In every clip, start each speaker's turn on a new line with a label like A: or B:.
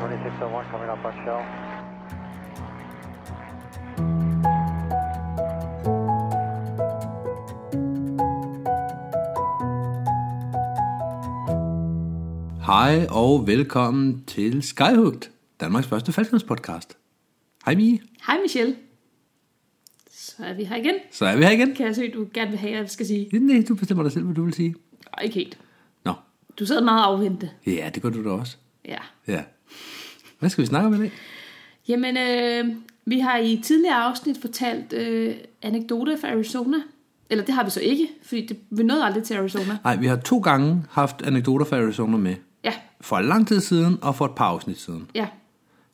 A: 2601 coming up on shell.
B: Hej og velkommen til Skyhugt, Danmarks første podcast. Hej Mie,
C: Hej Michelle. Så er vi her igen.
B: så er vi her igen.
C: Kan jeg se, du gerne vil have, at jeg skal sige?
B: Nej, du bestemmer dig selv, hvad du vil sige.
C: Nej, ikke helt.
B: Nå,
C: Du sad meget afvente.
B: ja, det gør du da også.
C: Ja.
B: Ja. Hvad skal vi snakke om i dag?
C: Jamen, øh, vi har i tidligere afsnit fortalt øh, anekdoter fra Arizona. Eller det har vi så ikke, fordi det, vi nåede aldrig til Arizona.
B: Nej, vi har to gange haft anekdoter fra Arizona med.
C: Ja,
B: For lang tid siden og for et par afsnit siden.
C: ja,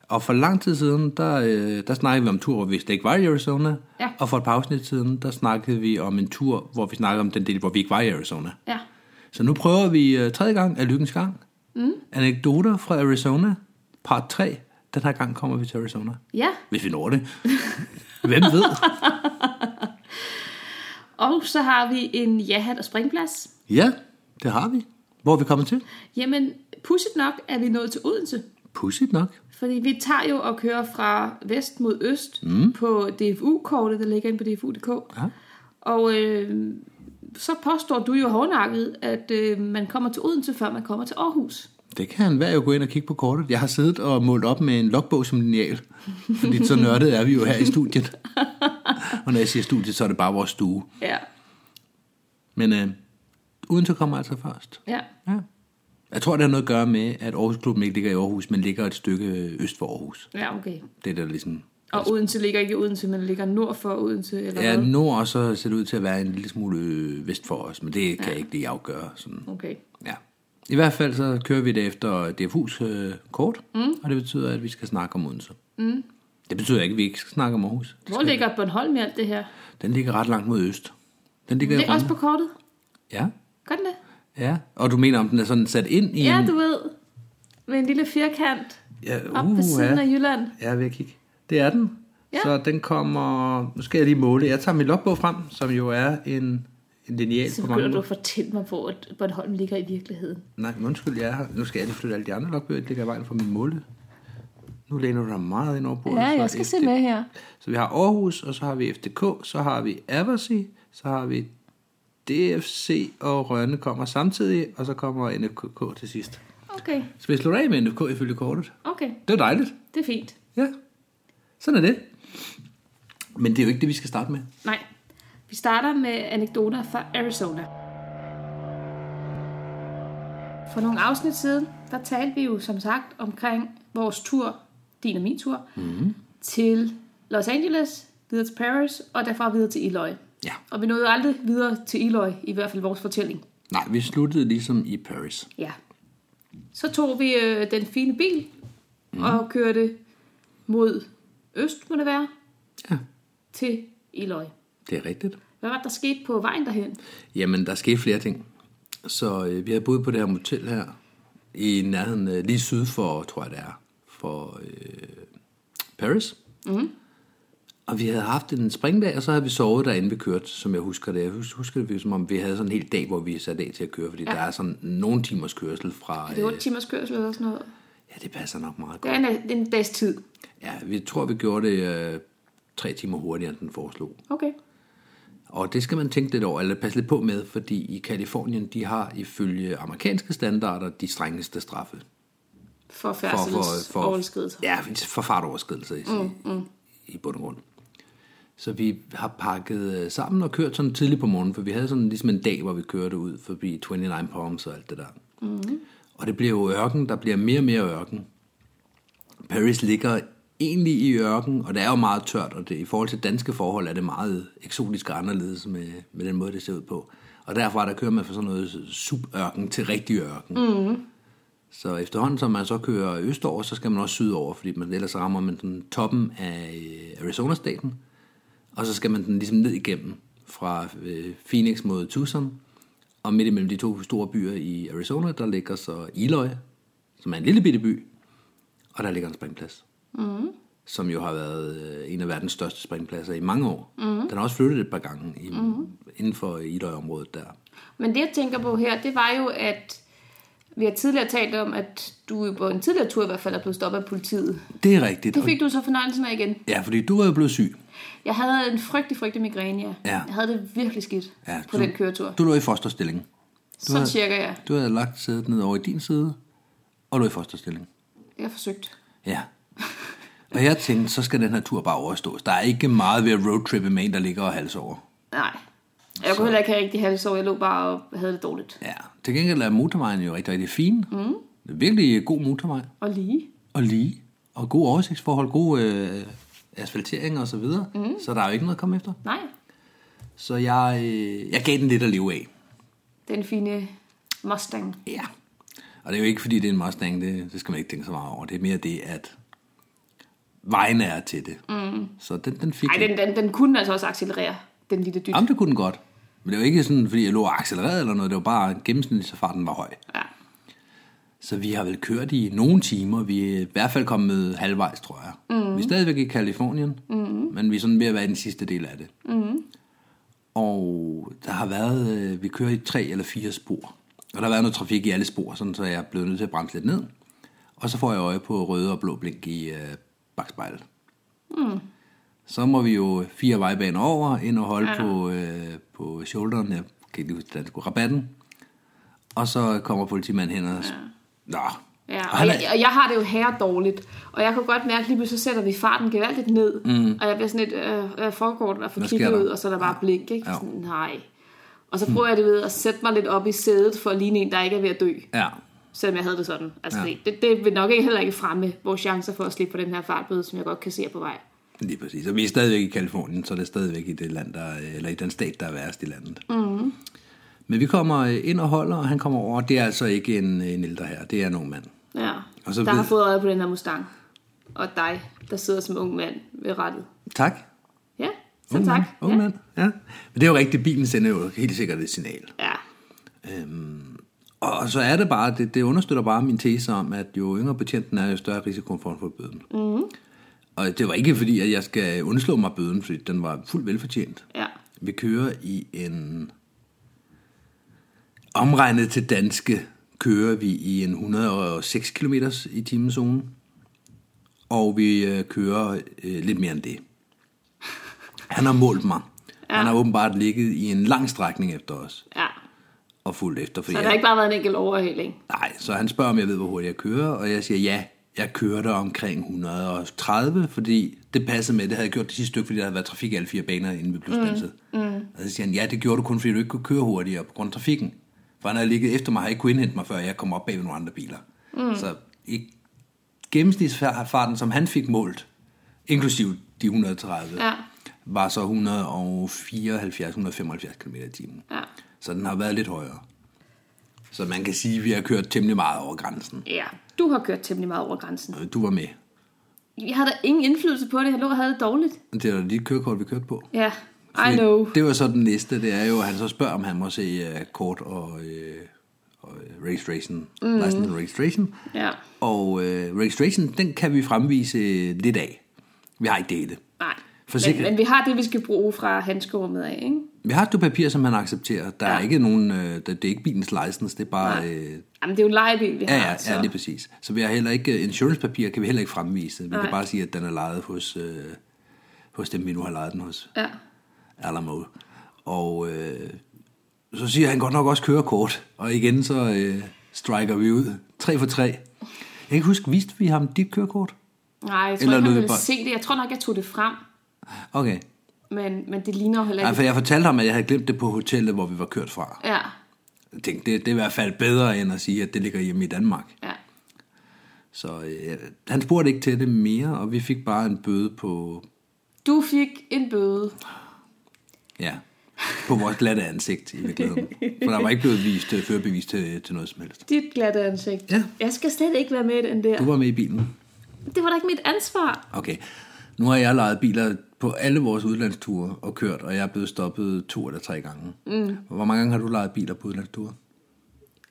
B: Og for lang tid siden, der, øh, der snakkede vi om tur, hvor vi slet ikke var i Arizona.
C: Ja.
B: Og for et par afsnit siden, der snakkede vi om en tur, hvor vi snakkede om den del, hvor vi ikke var i Arizona.
C: ja.
B: Så nu prøver vi øh, tredje gang af lykkens gang. Mm. Anekdoter fra Arizona, part 3. Den her gang kommer vi til Arizona.
C: Ja,
B: Hvis vi når det. Hvem ved?
C: og så har vi en jahat og springplads.
B: Ja, det har vi. Hvor er vi kommet til?
C: Jamen, pudsigt nok er vi nået til Odense.
B: Pudsigt nok.
C: Fordi vi tager jo og kører fra vest mod øst mm. på DFU-kortet, der ligger inde på DFU.dk.
B: Ja.
C: Og øh, så påstår du jo hårdnakket, at øh, man kommer til Odense, før man kommer til Aarhus.
B: Det kan være, at jeg gå ind og kigge på kortet. Jeg har siddet og målt op med en logbog som lineal. Fordi så nørdet er vi jo her i studiet. Og når jeg siger studiet, så er det bare vores stue.
C: Ja,
B: Men øh, uden så kommer altså først.
C: ja,
B: Ja. Jeg tror, det har noget at gøre med, at Aarhus Klubben ikke ligger i Aarhus, men ligger et stykke øst for Aarhus.
C: ja okay.
B: Det er der ligesom...
C: Og Odense ligger ikke i Odense, men ligger nord for Odense, eller
B: Ja,
C: hvad?
B: nord og så ser det ud til at være en lille smule øh, vest for os, men det kan jeg ikke lige afgøre. Sådan.
C: Okay.
B: Ja. I hvert fald så kører vi det efter DFU's øh, kort, mm. og det betyder, at vi skal snakke om Odense. Mm. Det betyder ikke, at vi ikke skal snakke om Aarhus.
C: Hvor ligger Bornholm i alt det her?
B: Den ligger ret langt mod øst. Den ligger
C: Det
B: i
C: er også
B: Randers.
C: på kortet.
B: Ja,
C: Gør den det?
B: ja. Og du mener, om den er sådan sat ind i
C: Ja,
B: en...
C: du ved. Med en lille firkant
B: Ja, uh,
C: op ved siden
B: ja.
C: af Jylland.
B: Jeg er ved at kigge. Det er den. Ja.
C: Ja.
B: Så den kommer... Nu skal jeg lige måle. Jeg tager min logbog frem, som jo er en, en lineal
C: Så
B: på mange
C: begynder du
B: måder.
C: at fortælle mig, hvor at Bornholm ligger i virkeligheden.
B: Nej, men undskyld, jeg er her. Nu skal jeg lige flytte alle de andre logbøger. Det ligger i vejen for min måle. Nu læner du dig meget ind over bordet.
C: Ja,
B: Så
C: jeg skal
B: FD
C: se med her.
B: Så vi har Aarhus, og så har vi FDK, så har vi Aversi, så har vi DFC, og Rønne kommer samtidig, og så kommer NFK til sidst.
C: Okay,
B: Så vi slutter af med NFK ifølge kortet.
C: okay.
B: Det var dejligt.
C: Det er fint.
B: Ja, sådan er det. Men det er jo ikke det, vi skal starte med.
C: Nej. Vi starter med anekdoter fra Arizona. For nogle afsnit siden, der talte vi jo som sagt omkring vores tur, din og min tur, mm-hmm. til Los Angeles, videre til Paris, og derfra videre til Eloy.
B: Ja.
C: Og vi nåede jo aldrig videre til Eloy, i hvert fald vores fortælling.
B: Nej, vi sluttede ligesom i Paris.
C: Ja. Så tog vi øh, den fine bil mm. og kørte mod øst, må det være,
B: Ja,
C: til Eloy.
B: det er rigtigt.
C: Hvad var det, der skete på vejen derhen?
B: Jamen, der skete flere ting. Så øh, vi havde boet på det her motel her, i nærheden øh, lige syd for, tror jeg det er, for øh, Paris. Mm. Og vi havde haft en springdag, og så havde vi sovet derinde, vi kørte, som jeg husker det. Jeg hus- husker det, som om vi havde sådan en hel dag, hvor vi satte af til at køre, fordi ja. der er sådan nogle timers kørsel fra...
C: Det
B: Øh,
C: var 8 timers kørsel eller sådan noget.
B: ja, det passer nok meget
C: Det
B: godt.
C: er en, det er en dags tid.
B: Ja, vi tror, vi gjorde det øh, tre timer hurtigere, end den foreslog.
C: Okay.
B: Og det skal man tænke lidt over, eller passe lidt på med, fordi i Kalifornien, de har ifølge amerikanske standarder de strengeste straffe.
C: For færdselsoverskridelser.
B: Ja, for fartoverskridelser i, mm, mm. i bund og grund. Så vi har pakket øh, sammen og kørt sådan tidligt på morgenen, for vi havde sådan ligesom en dag, hvor vi kørte ud forbi 29 Palms og alt det der. Mm. Og det bliver jo ørken, der bliver mere og mere ørken. Paris ligger egentlig i ørken, og det er jo meget tørt, og det, i forhold til danske forhold er det meget eksotisk og anderledes med, med den måde, det ser ud på. Og derfra der kører man fra sådan noget subørken til rigtig ørken. Så efterhånden, som man så kører østover, så skal man også sydover, fordi man, ellers rammer man den toppen af øh, Arizona-staten, og så skal man den ligesom ned igennem fra øh, Phoenix mod Tucson, og midt imellem de to store byer i Arizona, der ligger så Eloy, som er en lille bitte by, og der ligger en springplads,
C: Mhm.
B: mm. som jo har været øh, en af verdens største springpladser i mange år.
C: Mhm.
B: Mm. Den har også flyttet et par gange i, mm. inden for Eloy-området der.
C: Men det, jeg tænker på her, det var jo, at Vi har tidligere talt om, at du jo på en tidligere tur i hvert fald er blevet stoppet af politiet.
B: Det er rigtigt.
C: Det fik du så fornøjelsen af igen.
B: Og- Ja, fordi du var jo blevet syg.
C: Jeg havde en frygtelig, frygtelig migræne, ja.
B: Ja.
C: Jeg havde det virkelig skidt
B: Ja,
C: på
B: du-
C: den køretur.
B: Du lå i fosterstilling.
C: Sådan
B: har-
C: cirka, ja.
B: Du havde lagt sædet ned over i din side, og lå i fosterstilling.
C: Jeg har forsøgt.
B: Ja. Og jeg tænkte, så skal den her tur bare overstås. Der er ikke meget ved at roadtrippe med en, der ligger og halser over.
C: Nej. Jeg kunne heller ikke have rigtig halvsår. Jeg lå bare og havde det dårligt.
B: Ja, til gengæld er motorvejen jo rigtig, rigtig fin. Mm. Det er virkelig god motorvej.
C: Og lige.
B: Og lige. Og gode oversigtsforhold, god øh, asfaltering og så videre. Mm. Så der er jo ikke noget at komme efter.
C: Nej.
B: Så jeg, øh, jeg gav den lidt at leve af.
C: Den fine Mustang.
B: Ja. Og det er jo ikke, fordi det er en Mustang, det, det skal man ikke tænke så meget over. Det er mere det, at vejen er til det. Mm. Så den, den fik
C: Ej, den, den, den kunne altså også accelerere, den lille dyt.
B: Jamen, det kunne den godt. Men det var ikke sådan, fordi jeg lå og accelererede eller noget. Det var bare gennemsnitligt, så farten var høj.
C: Ja.
B: Så vi har vel kørt i nogle timer. Vi er i hvert fald kommet halvvejs, tror jeg. Mm. Vi er stadigvæk i Kalifornien, mm. men vi er sådan ved at være i den sidste del af det. Mm. Og der har været, øh, vi kører i tre eller fire spor. Og der har været noget trafik i alle spor, sådan, så jeg er blevet nødt til at bremse lidt ned. Og så får jeg øje på røde og blå blink i øh, bagspejlet. Mm. Så må vi jo fire vejbaner over, ind og holde ja. på, øh, på shoulderen, jeg kan ikke huske, hvordan det skulle, rabatten. Og så kommer politimanden hen og... Ja. Nå.
C: Ja, og,
B: han er-
C: jeg, og jeg har det jo her dårligt. Og jeg kan godt mærke, at lige pludselig så sætter vi farten gevaldigt ned. Mm. Og jeg bliver sådan lidt, øh, hvad foregår der? Og får
B: Hvad sker
C: kigget
B: der? Ah.
C: ud, og så er der bare blink. Ikke?
B: Ja. Mm.
C: Sådan, nej. Og så prøver jeg det ved at sætte mig lidt op i sædet for at ligne en, der ikke er ved at dø.
B: Ja,
C: Selvom jeg havde det sådan. Altså,
B: Ja.
C: ja. det, det vil nok ikke heller ikke fremme vores chancer for at slippe på den her fartbøde, som jeg godt kan se er på vej.
B: lige præcis. Og vi er stadigvæk i Kalifornien, så det er stadigvæk i det land, der, øh, eller i den stat, der er værst i landet. Mm. Men vi kommer øh, ind og holder, og han kommer over. Det er altså ikke en, en ældre her, det er en ung mand.
C: Ja.
B: Og så
C: der
B: ved-
C: har fået øje på den her Mustang. Og dig, der sidder som ung mand ved rettet.
B: Tak.
C: Ja, så
B: Ung
C: tak.
B: mand. Ung
C: ja.
B: mand. Ja. Men det er jo rigtigt, bilen sender jo helt sikkert et signal. Øhm,
C: ja.
B: Og så er det bare, det, det understøtter bare min tese om, at jo yngre betjenten er, jo større er risikoen for at få bøden. Mm.
C: Mhm.
B: Og det var ikke fordi, at jeg skal undslå mig bøden, fordi den var fuldt velfortjent.
C: Ja.
B: Vi kører i en... Omregnet til danske kører vi i en 106 km i timezone. Og vi øh, kører øh, lidt mere end det. Han har målt mig. Ja. Han har åbenbart ligget i en lang strækning efter os
C: ja.
B: og fulgt efter. Fordi
C: Så
B: jeg-
C: der har ikke bare været en enkelt overhæling.
B: Nej, så han spørger, om jeg ved, hvor hurtigt jeg kører, og jeg siger, ja, jeg kører der omkring 130, fordi det passede med, det havde jeg gjort det sidste stykke, fordi der havde været trafik i alle fire baner, inden vi blev stanset. Mm. Mm. Og så siger han, ja, det gjorde du kun, fordi du ikke kunne køre hurtigere på grund af trafikken. For han havde ligget efter mig, har ikke kunne indhente mig, før jeg kom op bag ved nogle andre biler. Mm. Så i gennemsnitsfarten, som han fik målt, inklusiv de 130,
C: Ja.
B: var så 174-175 km i timen.
C: Ja.
B: Så den har været lidt højere. Så man kan sige, at vi har kørt temmelig meget over grænsen.
C: Ja, du har kørt temmelig meget over grænsen.
B: Du var med.
C: Jeg havde da ingen indflydelse på det. Jeg lå og havde det dårligt.
B: Det er da dit kørekort, vi kørte på.
C: Ja, I know.
B: Det var så den næste, det er jo, at han så spørger, om han må se uh, kort og, uh, og øh, registration.
C: Mhm.
B: Mm. License and registration.
C: Ja.
B: Og uh, registration, den kan vi fremvise lidt af. Vi har ikke det hele.
C: Nej.
B: Forsikring.
C: Men, men, vi har det, vi skal bruge fra handskerummet af, ikke?
B: Vi har et stykke papir, som han accepterer. Der er ikke nogen, uh, det det er ikke bilens license, det er bare... Uh,
C: Jamen, det er jo en lejebil, vi
B: Ja,
C: har.
B: ja, ja, lige præcis. Så vi har heller ikke insurance-papir, kan vi heller ikke fremvise. Vi Nej. kan
C: Nej.
B: bare sige, at den er lejet hos, øh, hos dem, vi nu har lejet den hos,
C: ja.
B: Alamo. Og øh, så siger han godt nok også kørekort. Og igen så øh, striker vi ud. Tre for tre. Jeg kan ikke huske, viste vi ham dit kørekort?
C: Nej, jeg tror
B: Eller
C: Eller ikke,
B: lød
C: han
B: det
C: ville
B: bare-
C: se det. Jeg tror nok, jeg tog det frem.
B: Okay.
C: Men, men det ligner jo heller
B: Nej,
C: ikke.
B: for jeg fortalte ham, at jeg havde glemt det på hotellet, hvor vi var kørt fra.
C: Ja,
B: Jeg tænkte, det, det er i hvert fald bedre, end at sige, at det ligger hjemme i Danmark.
C: ja.
B: Så øh, han spurgte ikke til det mere, og vi fik bare en bøde på,
C: Du fik en bøde.
B: Ja, på vores glatte ansigt i virkeligheden. For der var ikke blevet vist øh, førbevis til, til noget som helst.
C: Dit glatte ansigt.
B: Ja.
C: Jeg skal slet ikke være med i den der.
B: Du var med i bilen.
C: Det var da ikke mit ansvar.
B: Okay, nu har jeg lejet biler på alle vores udlandsture og kørt, og jeg er blevet stoppet to eller tre gange. Mm. Hvor mange gange har du lejet biler på udlandsture?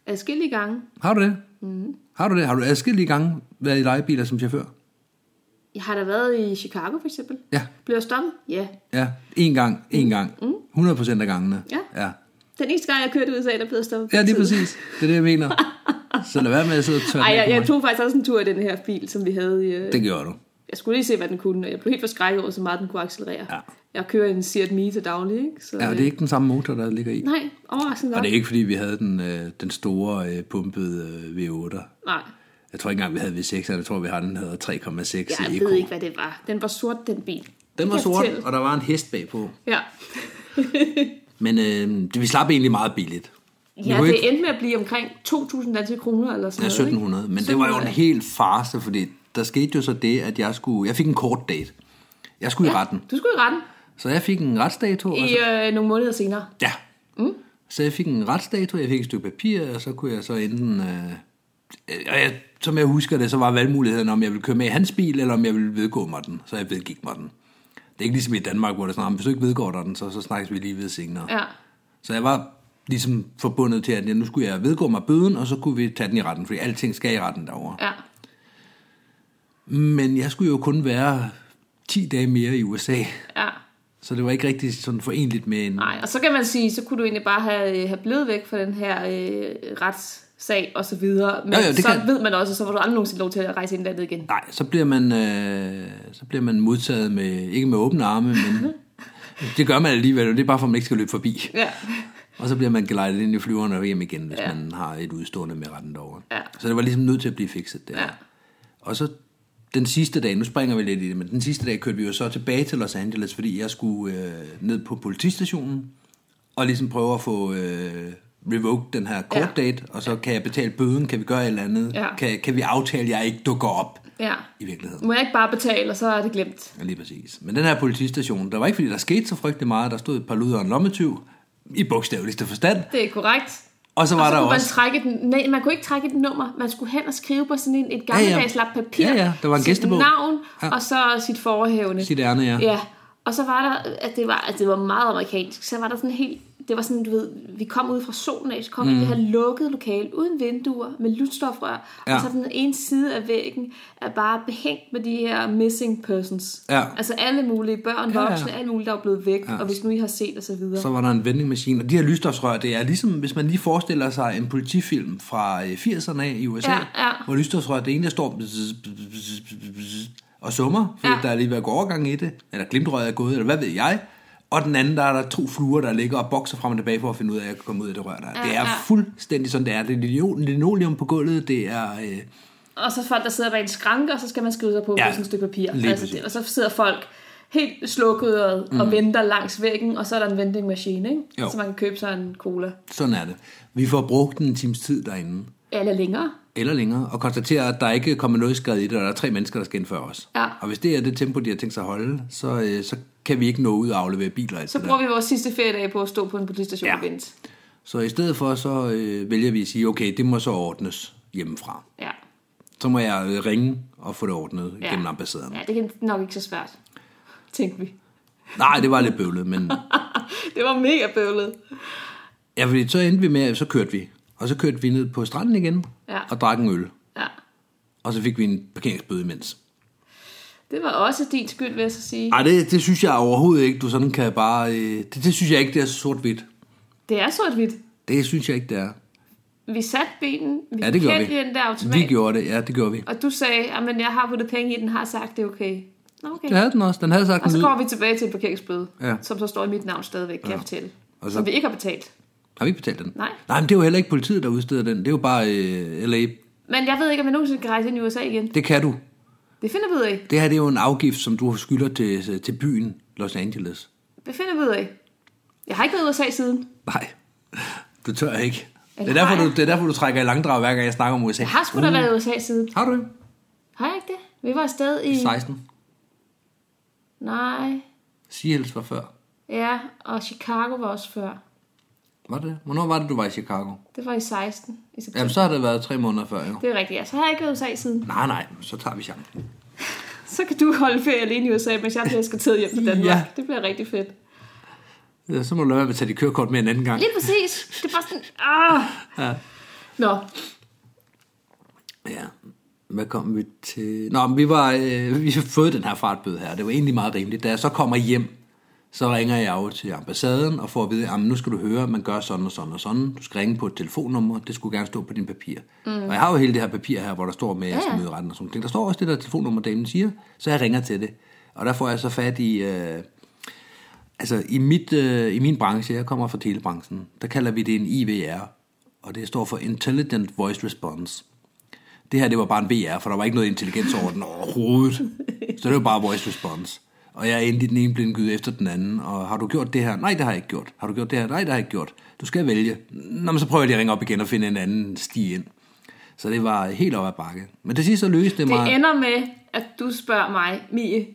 C: Adskillige gange.
B: Har du det? Mm. Har du det? Har du adskillige gange været i lejebiler som chauffør?
C: Jeg har da været i Chicago, for eksempel.
B: Ja,
C: Blev jeg stoppet? Ja.
B: ja. En gang, en gang. 100 procent af gangene.
C: Mm. Ja.
B: ja.
C: Den eneste gang, jeg kørte ud af USA, der blev jeg stoppet.
B: Ja, lige
C: politiet.
B: præcis. Det er det, jeg mener. Så lad være med at sidde og tørre
C: Ej,
B: den af
C: jeg,
B: på
C: jeg
B: mig.
C: tog faktisk også en tur i den her bil, som vi havde i... øh,
B: Det gjorde du.
C: Jeg skulle lige se, hvad den kunne, og jeg blev helt forskrækket over, så meget den kunne accelerere.
B: Ja.
C: Jeg kører en Seat Mii til daglig, ikke? Så, øh,
B: Ja, og det er ikke den samme motor, der ligger i.
C: Nej, overraskende
B: Og
C: nok.
B: det er ikke, fordi vi havde den, øh, den store øh, pumpede øh, V8'er.
C: Nej,
B: Jeg tror ikke engang, vi havde V6'eren. Jeg tror, vi har den hedder 3,6 i
C: jeg
B: Eco.
C: ved ikke, hvad det var. Den var sort, den bil.
B: Den var
C: Det kan jeg
B: sort,
C: fortælle.
B: og der var en hest bagpå.
C: Ja,
B: Men øh, det, vi slap egentlig meget billigt. Vi
C: ja
B: kunne
C: det
B: ikke-
C: endte med at blive omkring 2.000 danske kroner eller sådan
B: Ja,
C: noget, ikke?
B: 1700. Men det var jo en
C: 1700.
B: helt farse, fordi der skete jo så det, at jeg skulle... Jeg fik en kort date. Jeg skulle ja. i retten. Altså-
C: Du skulle i retten
B: Så jeg fik en retsdato. og
C: i
B: så,
C: øh, nogle måneder senere.
B: ja. Mm. Så jeg fik en retsdato, jeg fik et stykke papir, og så kunne jeg så enten... Øh, og jeg, som jeg husker det, så var valgmuligheden, om jeg ville køre med i hans bil, eller om jeg ville vedgå mig den. Så jeg vedgik mig den. Det er ikke ligesom i Danmark, hvor det er sådan, "Nå, men hvis du ikke vedgår dig den, så, så snakkes vi lige ved senere.
C: Ja.
B: Så jeg var ligesom forbundet til, at ja, nu skulle jeg vedgå mig bøden, og så kunne vi tage den i retten, fordi alting skal i retten derovre.
C: Ja.
B: Men jeg skulle jo kun være 10 dage mere i USA,
C: Ja.
B: så det var ikke rigtig sådan forenligt med en...
C: Nej, og så kan man sige, så kunne du egentlig bare have, have blevet væk fra den her øh, retssag og så videre. Men
B: Jo, jo, det
C: så
B: kan-
C: ved man også, at så får du aldrig nogensinde lov til at rejse ind i landet igen.
B: Nej, så bliver man, øh, så bliver man modtaget med, ikke med åbne arme, men det gør man alligevel, og det er bare for, at man ikke skal løbe forbi.
C: Ja.
B: Og så bliver man gelejtet ind i flyveren og hjem igen, hvis ja.
C: Ja.
B: man har et udstående med retten derovre.
C: Ja.
B: Så det var ligesom nødt til at blive fikset der.
C: Ja.
B: Og så den sidste dag, nu springer vi lidt i det, men den sidste dag kørte vi jo så tilbage til Los Angeles, fordi jeg skulle øh, ned på politistationen og ligesom prøve at få øh, revoked den her court
C: Ja.
B: date, og så kan jeg betale bøden, kan vi gøre et eller andet,
C: Ja.
B: kan, kan vi aftale, at jeg ikke dukker op
C: ja.
B: i virkeligheden.
C: Må jeg ikke bare betale, og så er det glemt.
B: Ja, lige præcis. Men den her politistation, der var ikke fordi, der skete så frygtelig meget, der stod et par luder og en lommetyv, i bogstaveligste forstand,
C: Det er korrekt.
B: og så var
C: og så
B: der
C: kunne man
B: også...
C: trække den, nej, man kunne ikke trække et nummer. Man skulle hen og skrive på sådan en, et gammeldags lap papir.
B: Ja, ja, der var en
C: sit
B: gæstebog.
C: navn,
B: Ja.
C: ja. og så sit forhævne.
B: Sit ærne, ja.
C: Ja, og så var der, at det var, at det var meget amerikansk, så var der sådan helt, det var sådan, du ved, vi kom ud fra solen af, så kom vi mm. i det her lukkede lokale, uden vinduer, med lutstofrør,
B: Ja.
C: ja. og så den ene side af væggen er bare behængt med de her missing persons.
B: Ja.
C: Altså alle mulige børn,
B: Ja, ja.
C: voksne, alle mulige, der er blevet væk, ja. og hvis nu I har set og så videre.
B: Så var der en vendingmaskine, og de her lysstofsrør, det er ligesom, hvis man lige forestiller sig en politifilm fra øh, 80'erne af i USA,
C: Ja, ja.
B: hvor lysstofsrør, det er en, der står og summer, fordi
C: Ja.
B: der er lige ved at gå overgang i det, eller glimtrøjet er gået, eller hvad ved jeg, og den anden, der er der to fluer, der ligger og bokser frem og tilbage for at finde ud af, at jeg kan komme ud af det rør der. Ja,
C: Ja,
B: det er
C: ja.
B: fuldstændig sådan, det er. Det er lino- linoleum på gulvet, det er... Øh,
C: Og så folk, der sidder bag en skranke, og så skal man skrive sig på
B: Ja,
C: ja, på sådan et stykke papir.
B: lige
C: Altså,
B: præcis.
C: det, og så sidder folk helt slukket mm. og venter langs væggen, og så er der en vending machine, ikke?
B: Jo.
C: Så man kan købe sig en cola.
B: sådan er det. Vi får brugt en times tid derinde,
C: Eller længere.
B: eller længere, og konstaterer, at der ikke kommer noget skrevet i det, og der er tre mennesker, der skal ind før os.
C: Ja.
B: Og hvis det er det tempo, de har tænkt sig at holde, så, øh, så kan vi ikke nå ud og aflevere biler. og alt
C: Så
B: det
C: bruger
B: der.
C: vi vores sidste feriedag på at stå på en politistation
B: Ja.
C: ja. og vente.
B: så i stedet for, så øh, vælger vi at sige, okay, det må så ordnes hjemmefra.
C: Ja.
B: Så må jeg øh, ringe og få det ordnet ja.
C: Ja.
B: gennem ambassaden. Ja.
C: ja, det er nok ikke så svært, tænkte vi.
B: Nej, det var lidt bøvlet, men
C: Det var mega bøvlet.
B: ja, fordi så endte vi med, at så kørte vi. Og så kørte vi ned på stranden igen
C: Ja.
B: og drak en øl.
C: Ja.
B: Og så fik vi en parkeringsbøde imens.
C: Det var også din skyld, vil jeg så sige.
B: Nej, det, det synes jeg overhovedet ikke, du sådan kan bare... Øh, det, det synes jeg ikke, det er så sort-hvidt.
C: Det er sort-hvidt.
B: Det synes jeg ikke, det er.
C: Vi satte bilen, vi
B: Ja, det gjorde
C: kendte
B: vi.
C: den der automat,
B: Vi gjorde det, ja, det gjorde vi.
C: og du sagde, at jeg har puttet penge i den, har sagt, det er okay. Nå, okay.
B: Det havde den også. Den havde sagt
C: Og
B: en
C: så
B: lyd.
C: kommer vi tilbage til en parkeringsbøde,
B: Ja.
C: ja. som så står i mit navn stadigvæk, kan ja. jeg fortælle.
B: Og
C: Og
B: så-
C: så... Som vi ikke har betalt.
B: Har vi ikke betalt den?
C: Nej.
B: Nej, men det er jo heller ikke politiet, der udsteder den. Det er jo bare øh, LA.
C: Men jeg ved ikke, om jeg nogensinde kan rejse ind i USA igen.
B: Det kan du.
C: Det finder vi ud af.
B: Det her det er jo en afgift, som du skylder til, øh, til byen Los Angeles.
C: Det finder vi ud af. Jeg har ikke været i USA siden.
B: Nej, du tør ikke. Det er,
C: Eller
B: derfor,
C: har
B: du,
C: jeg?
B: det er derfor, du trækker i langdrag, hver gang jeg snakker om USA.
C: Jeg har sgu da været i USA siden.
B: Uh, Har du det?
C: Har jeg ikke det? Vi var afsted i...
B: 16.
C: Nej.
B: Seahills var før.
C: Ja, og Chicago var også før.
B: Var det? Hvornår var det, du var i Chicago?
C: Det var i 16. I september.
B: Jamen, så har det været tre måneder før, jo.
C: Det er rigtigt, ja. Så har jeg ikke været i USA siden.
B: Nej, nej, så tager vi chancen.
C: Så kan du holde ferie alene i USA, mens jeg bliver eskorteret hjem til Danmark.
B: Ja.
C: Ja. Det bliver rigtig fedt.
B: Ja, Så må du lade være med at tage dit kørekort med en anden gang.
C: Lige præcis. Det er bare sådan... Ah.
B: Ja.
C: Nå,
B: Ja. Hvad kom vi til? Nå, men vi, var, øh, vi har fået den her fartbøde her. Det var egentlig meget rimeligt. Da jeg så kommer hjem, Så ringer jeg jo til ambassaden og får at vide, at nu skal du høre, at man gør sådan og sådan og sådan. Du skal ringe på et telefonnummer, det skulle gerne stå på din papir. Mm. Og jeg har jo hele det her papir her, hvor der står med, at jeg skal
C: Ja.
B: møde retten og sådan noget. Der står også det der telefonnummer, damen siger, så jeg ringer til det. Og der får jeg så fat i... Øh, Altså i, mit, øh, i min branche, jeg kommer fra telebranchen, der kalder vi det en IVR, og det står for Intelligent Voice Response. Det her, det var bare en VR, for der var ikke noget intelligens over den overhovedet. Så det var bare voice response. Og jeg er endelig den ene blindgyde efter den anden, og har du gjort det her? Nej, det har jeg ikke gjort. Har du gjort det her? Nej, det har jeg ikke gjort. Du skal vælge. Nå, men så prøver jeg lige at ringe op igen og finde en anden sti ind. Så det var helt op ad bakke. Men til sidst så løste det mig.
C: Det ender med, at du spørger mig, Mie,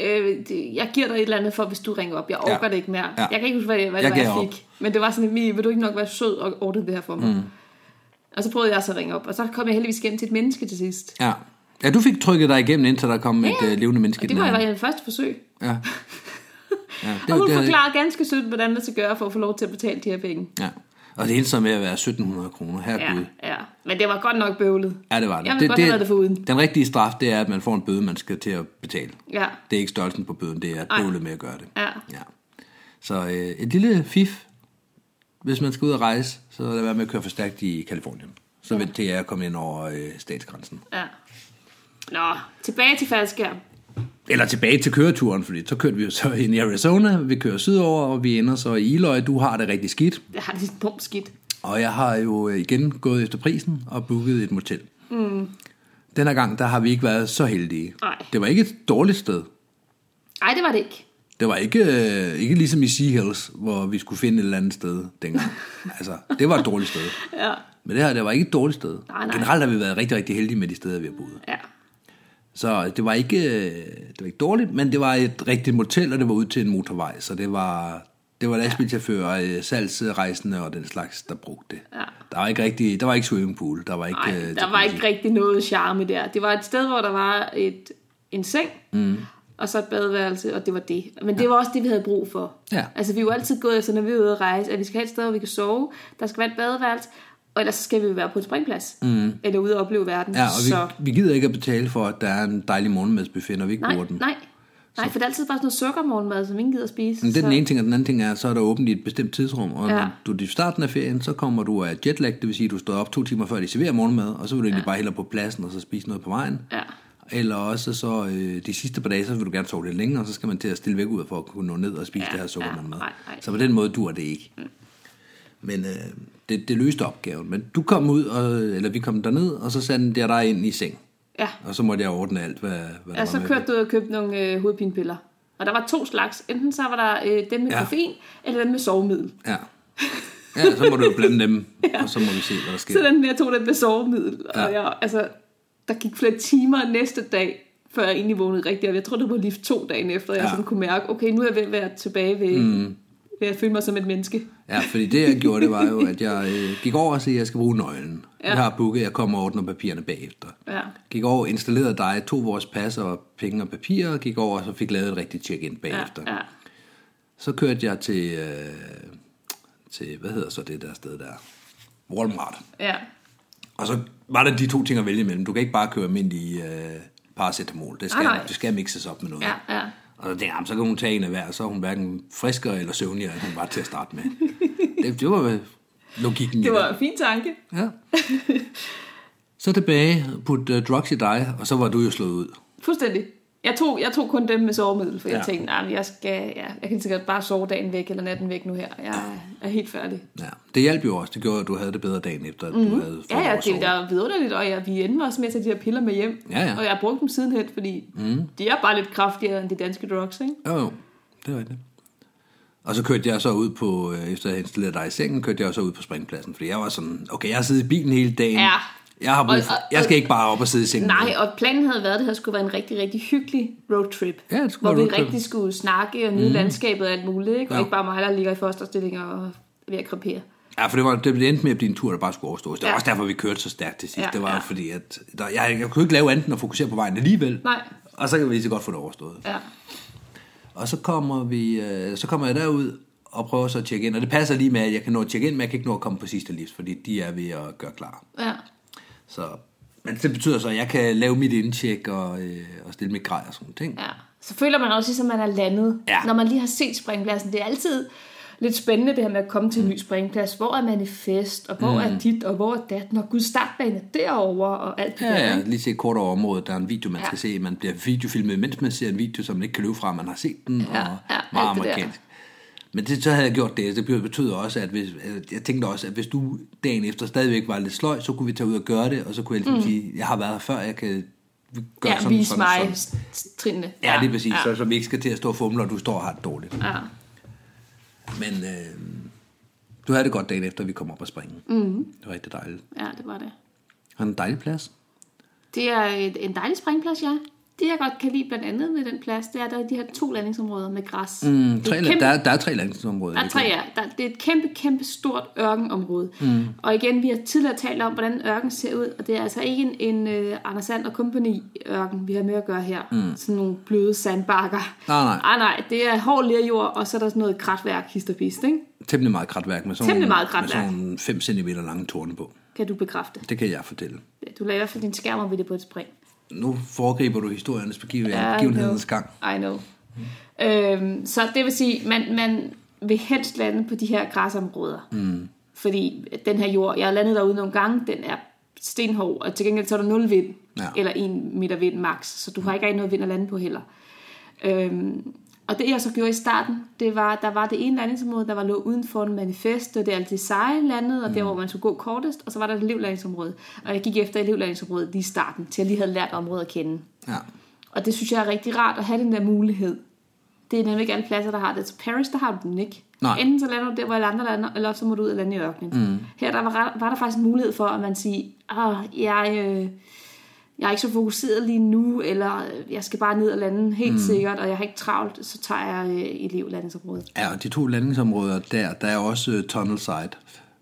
C: øh, det, jeg giver dig et eller andet for, hvis du ringer op. Jeg
B: Ja.
C: orker ja. det ikke mere.
B: Ja.
C: Ja. Jeg kan ikke huske, hvad det, hvad
B: Jeg
C: det var, jeg
B: gav op.
C: fik. Men det var sådan, Mie, vil du ikke nok være sød og ordne det her for mig? Mm. Og så prøvede jeg så at ringe op, og så kom jeg heldigvis gennem til et menneske til sidst.
B: Ja. ja, du fik trykket dig igennem, indtil der kom et øh, levende menneske. i
C: Og det
B: den
C: var
B: anden.
C: jeg var i første forsøg.
B: Ja. ja
C: Det, og hun
B: det, havde-
C: forklarer ganske sødt, hvordan det skal gøre for at få lov til at betale de her penge.
B: Ja. Og det eneste med at være 1700 kroner,
C: Ja,
B: herregud. Ja.
C: ja. Men det var godt nok bøvlet.
B: Mm. ja, det var det.
C: Jeg ville
B: det,
C: godt have været det foruden.
B: Den rigtige straf, det er, at man får en bøde, man skal til at betale.
C: Ja,
B: Det er ikke størrelsen på bøden, det er
C: Ej.
B: bøvlet med at gøre det.
C: ja.
B: Ja. Så øh, et lille fif, hvis man skal ud og rejse, så lad være med at køre for stærkt i Kalifornien. Så vent til jeg er kommet ind over øh, statsgrænsen.
C: ja. Nå, tilbage til faldskærm.
B: Eller tilbage til køreturen, fordi så kørte vi jo så ind i Arizona, vi kører sydover, og vi ender så i Eloy. Du har det rigtig skidt.
C: Jeg har det dumt skidt.
B: Og jeg har jo øh, igen gået efter prisen og booket et motel. Mm. Den her gang, der har vi ikke været så heldige.
C: Nej.
B: Det var ikke et dårligt sted.
C: Nej, det var det ikke.
B: Det var ikke, øh, ikke ligesom i Sea Hills, hvor vi skulle finde et eller andet sted dengang. altså, det var et dårligt sted.
C: Ja.
B: Men det her, det var ikke et dårligt sted.
C: Nej, nej.
B: Generelt har vi været rigtig, rigtig heldige med de steder, vi har boet.
C: Ja.
B: Så det var ikke, øh, det var ikke dårligt, men det var et rigtigt motel, og det var ud til en motorvej. Så det var, det var lastbilchauffører, øh, salgsrejsende og den slags, der brugte det.
C: Ja.
B: Der var ikke rigtig, der var ikke swimmingpool, der var ikke...
C: Ej,
B: øh,
C: der var
B: jacuzzi.
C: ikke rigtig noget charme der. Det var et sted, hvor der var et, en seng, mm. og så et badeværelse, og det var det. Men det var også det, vi havde brug for.
B: Ja.
C: Altså, vi er jo altid gået efter, når vi er ude at rejse, at vi skal have et sted, hvor vi kan sove, der skal være et badeværelse, og ellers så skal vi jo være på en springplads, mm. eller ude og opleve verden.
B: Ja, og vi,
C: så...
B: vi gider ikke at betale for, at der er en dejlig morgenmadsbuffet, når vi ikke
C: Nej,
B: bruger den.
C: nej. Nej, for det er altid bare sådan noget sukkermorgenmad, som ingen gider at spise.
B: Men det er
C: så...
B: den ene ting, og den anden ting er, så er der åbent i et bestemt tidsrum, og ja.
C: Ja.
B: når du er i starten af ferien, så kommer du af jetlag, det vil sige, at du står op to timer før de serverer morgenmad, og så vil du egentlig bare hellere på pladsen og så spise noget på vejen.
C: Ja.
B: Eller også så øh, de sidste par dage, så vil du gerne sove lidt længere, og så skal man til at stille væk ud for at kunne nå ned og spise
C: Ja,
B: det her sukker
C: ja,
B: med.
C: nej, nej. Mm.
B: Så på den måde dur det ikke. Men øh, det, det løste opgaven. Men du kom ud, og, eller vi kom derned, og så satte jeg dig ind i seng.
C: Ja.
B: Og så måtte jeg ordne alt, hvad, hvad der
C: Ja, så
B: var med.
C: kørte du ud og købte nogle øh, hovedpinepiller. Og der var to slags. Enten så var der øh, dem med
B: Ja.
C: ja. koffein, eller dem med sovemiddel.
B: Ja. ja, så må du jo blande dem, og så må vi se, hvad der sker.
C: Så den der tog den med sovemiddel. Ja. Og
B: Ja.
C: jeg, altså, der gik flere timer næste dag, før jeg egentlig vågnede rigtigt. Og jeg tror, det var lige to dagen efter, jeg
B: Ja.
C: sådan kunne mærke, okay, nu er jeg ved at være tilbage ved, mm. ved at føle mig som et menneske.
B: Ja, fordi det jeg gjorde, det var jo, at jeg øh, gik over og sagde, at jeg skal bruge nøglen. Ja. Jeg har booket, jeg kommer og ordner papirerne bagefter.
C: Ja.
B: Gik over, installerede dig, tog vores pas og penge og papirer, gik over og så fik lavet et rigtigt check-in bagefter.
C: Ja, ja.
B: Så kørte jeg til, øh, til, hvad hedder så det der sted der? Walmart.
C: ja.
B: Og så var der de to ting at vælge imellem. Du kan ikke bare køre almindelig øh, paracetamol. Det skal,
C: Nej, nej.
B: det skal mixes op med noget.
C: Ja, ja.
B: Og så tænkte jeg, "Jamen, så kan hun tage en af hver, så er hun hverken friskere eller søvnigere, end hun var til at starte med. det, det var vel logikken. i
C: Det var en fin tanke.
B: Ja. Så tilbage, put uh, drugs i dig, og så var du jo slået ud.
C: Fuldstændig. Jeg tog, jeg tog kun dem med sovemiddel, for jeg
B: Ja.
C: tænkte, nej, jeg, skal, ja, jeg kan sikkert bare sove dagen væk eller natten væk nu her. Jeg er helt færdig.
B: Ja. Det hjalp jo også. Det gjorde, at du havde det bedre dagen efter, at mm-hmm. du havde fået
C: Mm. Ja,
B: lov
C: ja,
B: at sove.
C: det er vidunderligt, og jeg, vi endte også med at tage de her piller med hjem.
B: Ja, ja.
C: Og jeg har brugt dem sidenhen, fordi mm. de er bare lidt kraftigere end de danske drugs, ikke?
B: Jo, jo. Det var rigtigt. Og så kørte jeg så ud på, øh, efter jeg havde installeret dig i sengen, kørte jeg så ud på springpladsen, fordi jeg var sådan, okay, jeg har siddet i bilen hele dagen.
C: Ja.
B: Jeg, har brug
C: Og-
B: for,
C: og-
B: jeg skal ikke bare op og sidde i sengen.
C: Nej, og planen havde været, at det her skulle være en rigtig, rigtig hyggelig roadtrip.
B: Ja, det skulle
C: hvor
B: være
C: vi
B: roadtrip.
C: rigtig skulle snakke og nyde mm. landskabet og alt muligt, ikke? Og
B: Ja.
C: ikke bare mig, der ligger i fosterstillinger og er ved at krepere.
B: Ja, for det, var, det endte med at blive en tur, der bare skulle overstås. Det var ja.
C: Ja.
B: også derfor, vi kørte så stærkt til sidst. Ja,
C: Ja,
B: det var ja.
C: ja.
B: fordi, at der, jeg, jeg kunne ikke lave andet end at fokusere på vejen alligevel.
C: Nej.
B: Og så kan vi lige så godt få det overstået.
C: Ja.
B: Og så kommer, vi, øh, så kommer jeg derud og prøver så at tjekke ind. Og det passer lige med, at jeg kan nå at tjekke ind, men jeg kan ikke nå at komme på sidste livs, fordi de er ved at gøre klar.
C: ja.
B: Så, men det betyder så, at jeg kan lave mit indtjek og, øh, og stille mit grej og sådan nogle ting.
C: Ja. så føler man også, ligesom, at man er landet.
B: Ja.
C: Når man lige har set springpladsen, det er altid lidt spændende det her med at komme til en ny springplads. Hvor er manifest, og
B: Mm.
C: hvor er dit, og hvor er dat, når Gud startbane er derovre, og alt det
B: Ja,
C: der.
B: ja,
C: ikke?
B: lige se et kort over området. Der er en video, man
C: Ja.
B: skal se. Man bliver videofilmet, mens man ser en video, som man ikke kan løbe fra, man har set den. og
C: ja,
B: meget
C: alt det der.
B: amerikansk. Men det, så havde jeg gjort det. Det betød også, at hvis, at jeg tænkte også, at hvis du dagen efter stadigvæk var lidt sløj, så kunne vi tage ud og gøre det, og så kunne jeg ligesom mm. sige, jeg har været her før, jeg kan gøre
C: Ja,
B: sådan,
C: vise
B: sådan,
C: mig
B: sådan.
C: sådan. trinene.
B: Ja, det er præcis.
C: Ja.
B: Så, så vi ikke skal til at stå og fumle, og du står og har det dårligt.
C: Ja.
B: Men øh, du havde det godt dagen efter, vi kom op og springe. Mm. Det var rigtig dejligt.
C: ja, det var det.
B: Har en dejlig plads.
C: Det er et- en dejlig springplads, ja. Det, jeg godt kan lide blandt andet med den plads, det er, at der er de her to landingsområder med græs.
B: Mm,
C: Det er
B: tre,
C: et
B: kæmpe...
C: kæmpe,
B: der, er- der er tre landingsområder.
C: der er tre, ja. Der, det er et kæmpe, kæmpe stort ørkenområde. Mm. Og igen, vi har tidligere talt om, hvordan ørken ser ud, og det er altså ikke en, en uh, Anders Sand og Company ørken, vi har med at gøre her. Mm. Sådan nogle bløde sandbakker.
B: Nej, nej.
C: Ah, nej, det er hård lerjord, og så er der sådan noget kratværk, histerpist, ikke?
B: Temmelig meget kratværk med sådan,
C: Temmelig meget
B: med
C: kratværk.
B: sådan nogle 5 cm lange torne på.
C: Kan du bekræfte?
B: Det kan jeg fortælle.
C: Du lader i hvert fald din skærm om ved det på et spring.
B: Nu foregriber du historiernes begiv-
C: Ja,
B: begivenhedernes
C: I
B: gang.
C: know. I know. Øhm, så det vil sige, man, man vil helst lande på de her græsområder. Mm. Fordi den her jord, jeg har landet derude nogle gange, den er stenhård, og til gengæld så er der 0 vind,
B: Ja. Mm.
C: eller 1 meter vind max, så du har ikke rigtig noget vind at lande på heller. Øhm, og det jeg så gjorde i starten, det var, der var det ene landingsområde, der var lå uden for en manifest, og det er altid seje landet, og
B: Mm.
C: der hvor man skulle gå kortest, og så var der et elevlandingsområde. Og jeg gik efter elevlandingsområdet lige i starten, til jeg lige havde lært området at kende.
B: Ja.
C: Og det synes jeg er rigtig rart at have den der mulighed. Det er nemlig ikke alle pladser, der har det. Så Paris, der har du den ikke.
B: Nej.
C: Enten så lander du der, hvor alle andre lander, eller så må du ud og lande i ørkenen. Mm. Her der var, var der faktisk en mulighed for, at man siger, ah, jeg, øh, jeg er ikke så fokuseret lige nu, eller øh, jeg skal bare ned og lande helt mm. sikkert, og jeg har ikke travlt, så tager jeg øh, elevlandingsområdet.
B: ja, og de to landingsområder der, der er også øh, tunnel side,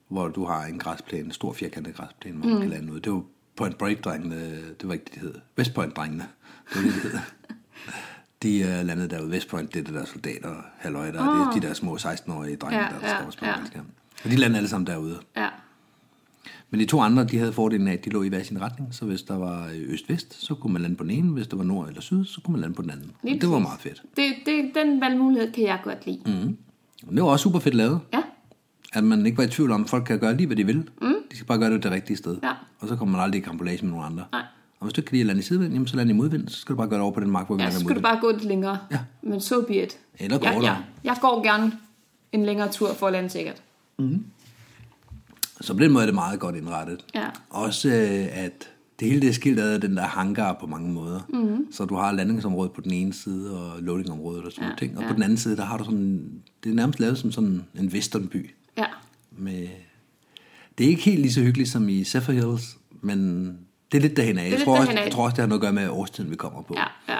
B: hvor du har en græsplæne, en stor firkantet græsplæne, hvor mm. man kan lande ud. Det var Point Break-drengene, det var ikke det, de hed. West Point-drengene, det var det, de hed. De øh, landede derude. West Point, det er det der soldater, halløj, der oh. det er de der små 16-årige drenge,
C: Ah. Ja,
B: der, der
C: ja,
B: står og spiller
C: ja.
B: ja. Og de landede alle sammen derude.
C: Ja,
B: Men de to andre, de havde fordelen af, at de lå i hver sin retning, så hvis der var øh, øst-vest, så kunne man lande på den ene, hvis der var nord eller syd, så kunne man lande på den anden.
C: Lige
B: Og det var
C: præcis.
B: meget fedt.
C: det, det, den valgmulighed kan jeg godt lide. Mm.
B: Og det var også super fedt lavet,
C: Ja,
B: at man ikke var i tvivl om, at folk kan gøre lige, hvad de vil. Mm. De skal bare gøre det det rigtige sted.
C: Ja.
B: Og så kommer man aldrig i kampolage med nogen andre.
C: Nej.
B: Og hvis du ikke kan lide at lande i sidevind, jamen, så lande i modvind, så skal du bare gøre det over på den mark, hvor vi
C: ja så
B: lander i
C: skulle du
B: modvind.
C: bare gå lidt længere.
B: Ja.
C: Men så so be it.
B: Eller
C: jeg,
B: kortere.
C: jeg, jeg går gerne en længere tur for at lande sikkert.
B: Så på den måde er det meget godt indrettet.
C: Ja.
B: Også øh, at det hele det er skilt ad af den der hangar på mange måder. Mm. Så du har landingsområdet på den ene side, og loadingområdet og sådan ja, ting. Og ja. på den anden side, der har du sådan, det er nærmest lavet som sådan en westernby.
C: Ja,
B: Med, det er ikke helt lige så hyggeligt som i Zephyr Hills, men det er lidt derhen af.
C: lidt
B: Jeg tror, også,
C: derhenad.
B: jeg tror også, det har noget at gøre med årstiden, vi kommer på.
C: ja, ja.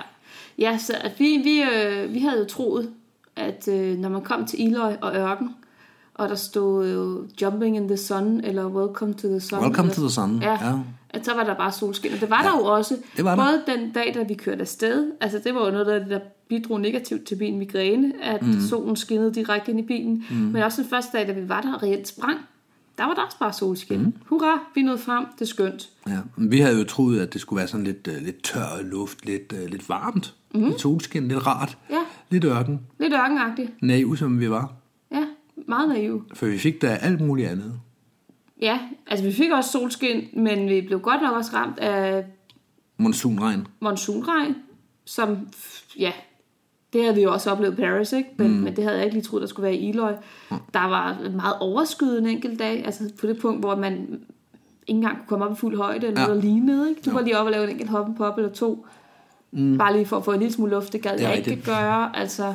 C: Ja, så at vi, vi, øh, vi havde jo troet, at øh, når man kom til Iløj og Ørken, og der stod øh, Jumping in the Sun, eller Welcome to the Sun.
B: Welcome
C: eller,
B: to the Sun,
C: Ja,
B: ja.
C: At så var der bare solskin. Og det var ja, der jo også.
B: det var der.
C: både den dag, da vi kørte afsted, altså det var jo noget, af det, der bidrog negativt til min migræne, at mm. solen skinnede direkte ind i bilen. Mm. Men også den første dag, da vi var der og reelt sprang, der var der også bare solskin. Mm. Hurra, vi nåede frem, det er skønt.
B: Ja, men vi havde jo troet, at det skulle være sådan lidt, øh, lidt tør luft, lidt, øh, lidt varmt, mm. lidt solskin, lidt rart,
C: Ja.
B: lidt ørken.
C: Lidt ørkenagtigt.
B: Naiv som vi var.
C: Ja, meget naiv.
B: For vi fik da alt muligt andet.
C: Ja, altså vi fik også solskin, men vi blev godt nok også ramt af
B: Monsunregn.
C: monsunregn, som, ja, det havde vi jo også oplevet i Paris, ikke? Men, mm. men det havde jeg ikke lige troet, der skulle være i Iløj. Der var meget overskyet en enkelt dag, altså på det punkt, hvor man ikke engang kunne komme op i fuld højde,
B: Ja.
C: eller ja. noget lignede, ikke? Du var lige op og lave en enkelt hoppen på op eller to, mm. bare lige for at få en lille smule luft, det gad
B: Det er
C: jeg ikke
B: rigtigt.
C: gøre, altså.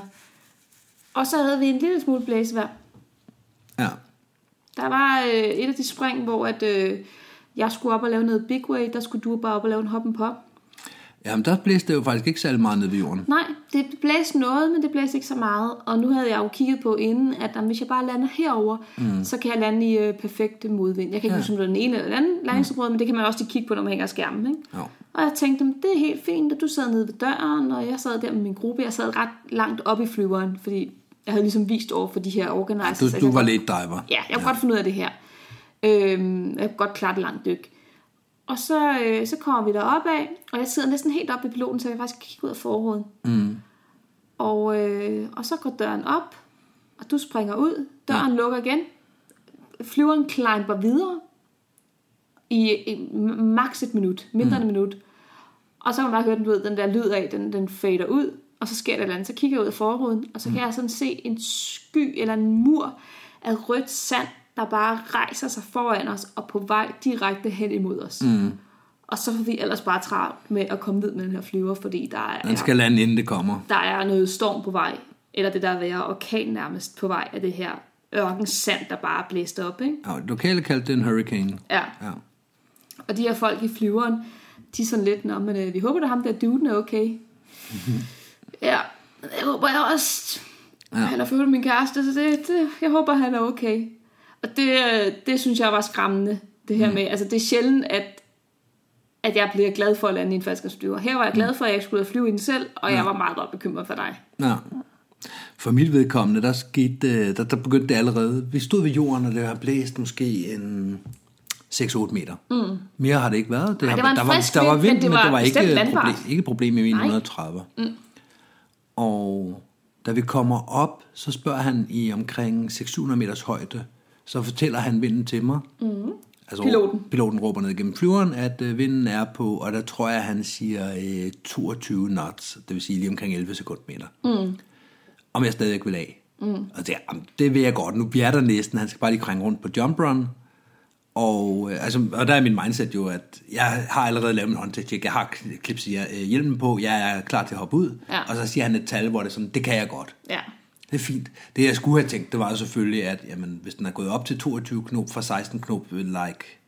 C: Og så havde vi en lille smule blæsevejr.
B: Ja.
C: Der var øh, et af de spring, hvor at, øh, jeg skulle op og lave noget big way, der skulle du bare op og lave en hoppen pop.
B: Jamen, der blæste det jo faktisk ikke særlig meget ned ved jorden.
C: Nej, det blæste noget, men det blæste ikke så meget. Og nu havde jeg jo kigget på inden, at jamen, hvis jeg bare lander herover, mm. så kan jeg lande i øh, perfekte modvind. Jeg kan ikke ja. huske, om det var den ene eller den anden landingsområde, men det kan man også lige kigge på, når man hænger af skærmen. Ikke?
B: Mm. Jo.
C: Og jeg tænkte, "Men det er helt fint, at du sad nede ved døren, og jeg sad der med min gruppe. Jeg sad ret langt op i flyveren, fordi jeg havde ligesom vist over for de her organizers. at
B: Du,
C: jeg
B: du
C: godt-
B: var lidt driver.
C: Ja, jeg kunne ja. godt finde ud af det her. Øhm, jeg kunne godt klare det langt dyk. Og så, øh, så kommer vi derop af, og jeg sidder næsten helt oppe i piloten, så jeg kan faktisk kigge ud af forruden. Mm. Og, øh, og så går døren op, og du springer ud. Døren ja. lukker igen. Flyveren climber videre i, i maks et minut, mindre mm. end et minut. Og så kan man bare høre den, du ved, den der lyd af, den, den fader ud, og så sker der et eller andet. Så kigger jeg ud af forruden, og så kan mm. jeg sådan se en sky eller en mur af rødt sand, der bare rejser sig foran os og på vej direkte hen imod os. Mm. Og så får vi ellers bare travlt med at komme ned med den her flyver, fordi der er,
B: Den skal lande, inden det kommer.
C: der er noget storm på vej, eller det der være orkan nærmest på vej af det her ørken sand, der bare er blæst op. Ikke?
B: Ja, lokale kaldte det en hurricane.
C: Ja.
B: Ja.
C: Og de her folk i flyveren, de er sådan lidt, Nå, men øh, vi håber, at ham der duden er okay. ja, jeg håber jeg også. Ja. Han har fået min kæreste, så det, det, jeg håber, han er okay. Og det, øh, det synes jeg var skræmmende, det her mm. med, altså det er sjældent, at, at jeg bliver glad for at lande i en faldskabsflyver. Her var jeg glad for, at jeg ikke skulle ud og flyve i den selv, og Mm. ja. jeg var meget godt bekymret for dig.
B: Ja. For mit vedkommende, der, skete, øh, der, der begyndte det allerede. Vi stod ved jorden, og det har blæst måske en 6-8 meter. Mm. Mere har det ikke været.
C: Ej,
B: har-
C: det var en
B: der, var,
C: frisk
B: der var
C: vind,
B: vind,
C: men det
B: men
C: var
B: det var ikke
C: bestemt
B: et problem,
C: landbart.
B: ikke et problem i min 130. Mm. Og da vi kommer op, så spørger han i omkring 600 meters højde, så fortæller han vinden til mig. Mm. Altså,
C: Piloten.
B: Piloten råber ned gennem flyveren, at øh, vinden er på, og der tror jeg, han siger øh, 22 knots, det vil sige lige omkring 11 sekundmeter. Mm. Om jeg stadig ikke vil af. Mm. Og det, det vil jeg godt. Nu vi er der næsten. Han skal bare lige krænge rundt på jump run. Og, øh, altså, og der er min mindset jo, at jeg har allerede lavet min håndtagtjek. Jeg har kn- klips i øh, hjelmen på. Jeg er klar til at hoppe ud.
C: Ja.
B: Og så siger han et tal, hvor det er sådan, det kan jeg godt.
C: Ja.
B: Det er fint. Det jeg skulle have tænkt, det var jo selvfølgelig, at jamen, hvis den er gået op til 22 knop fra 16 knop, øh, like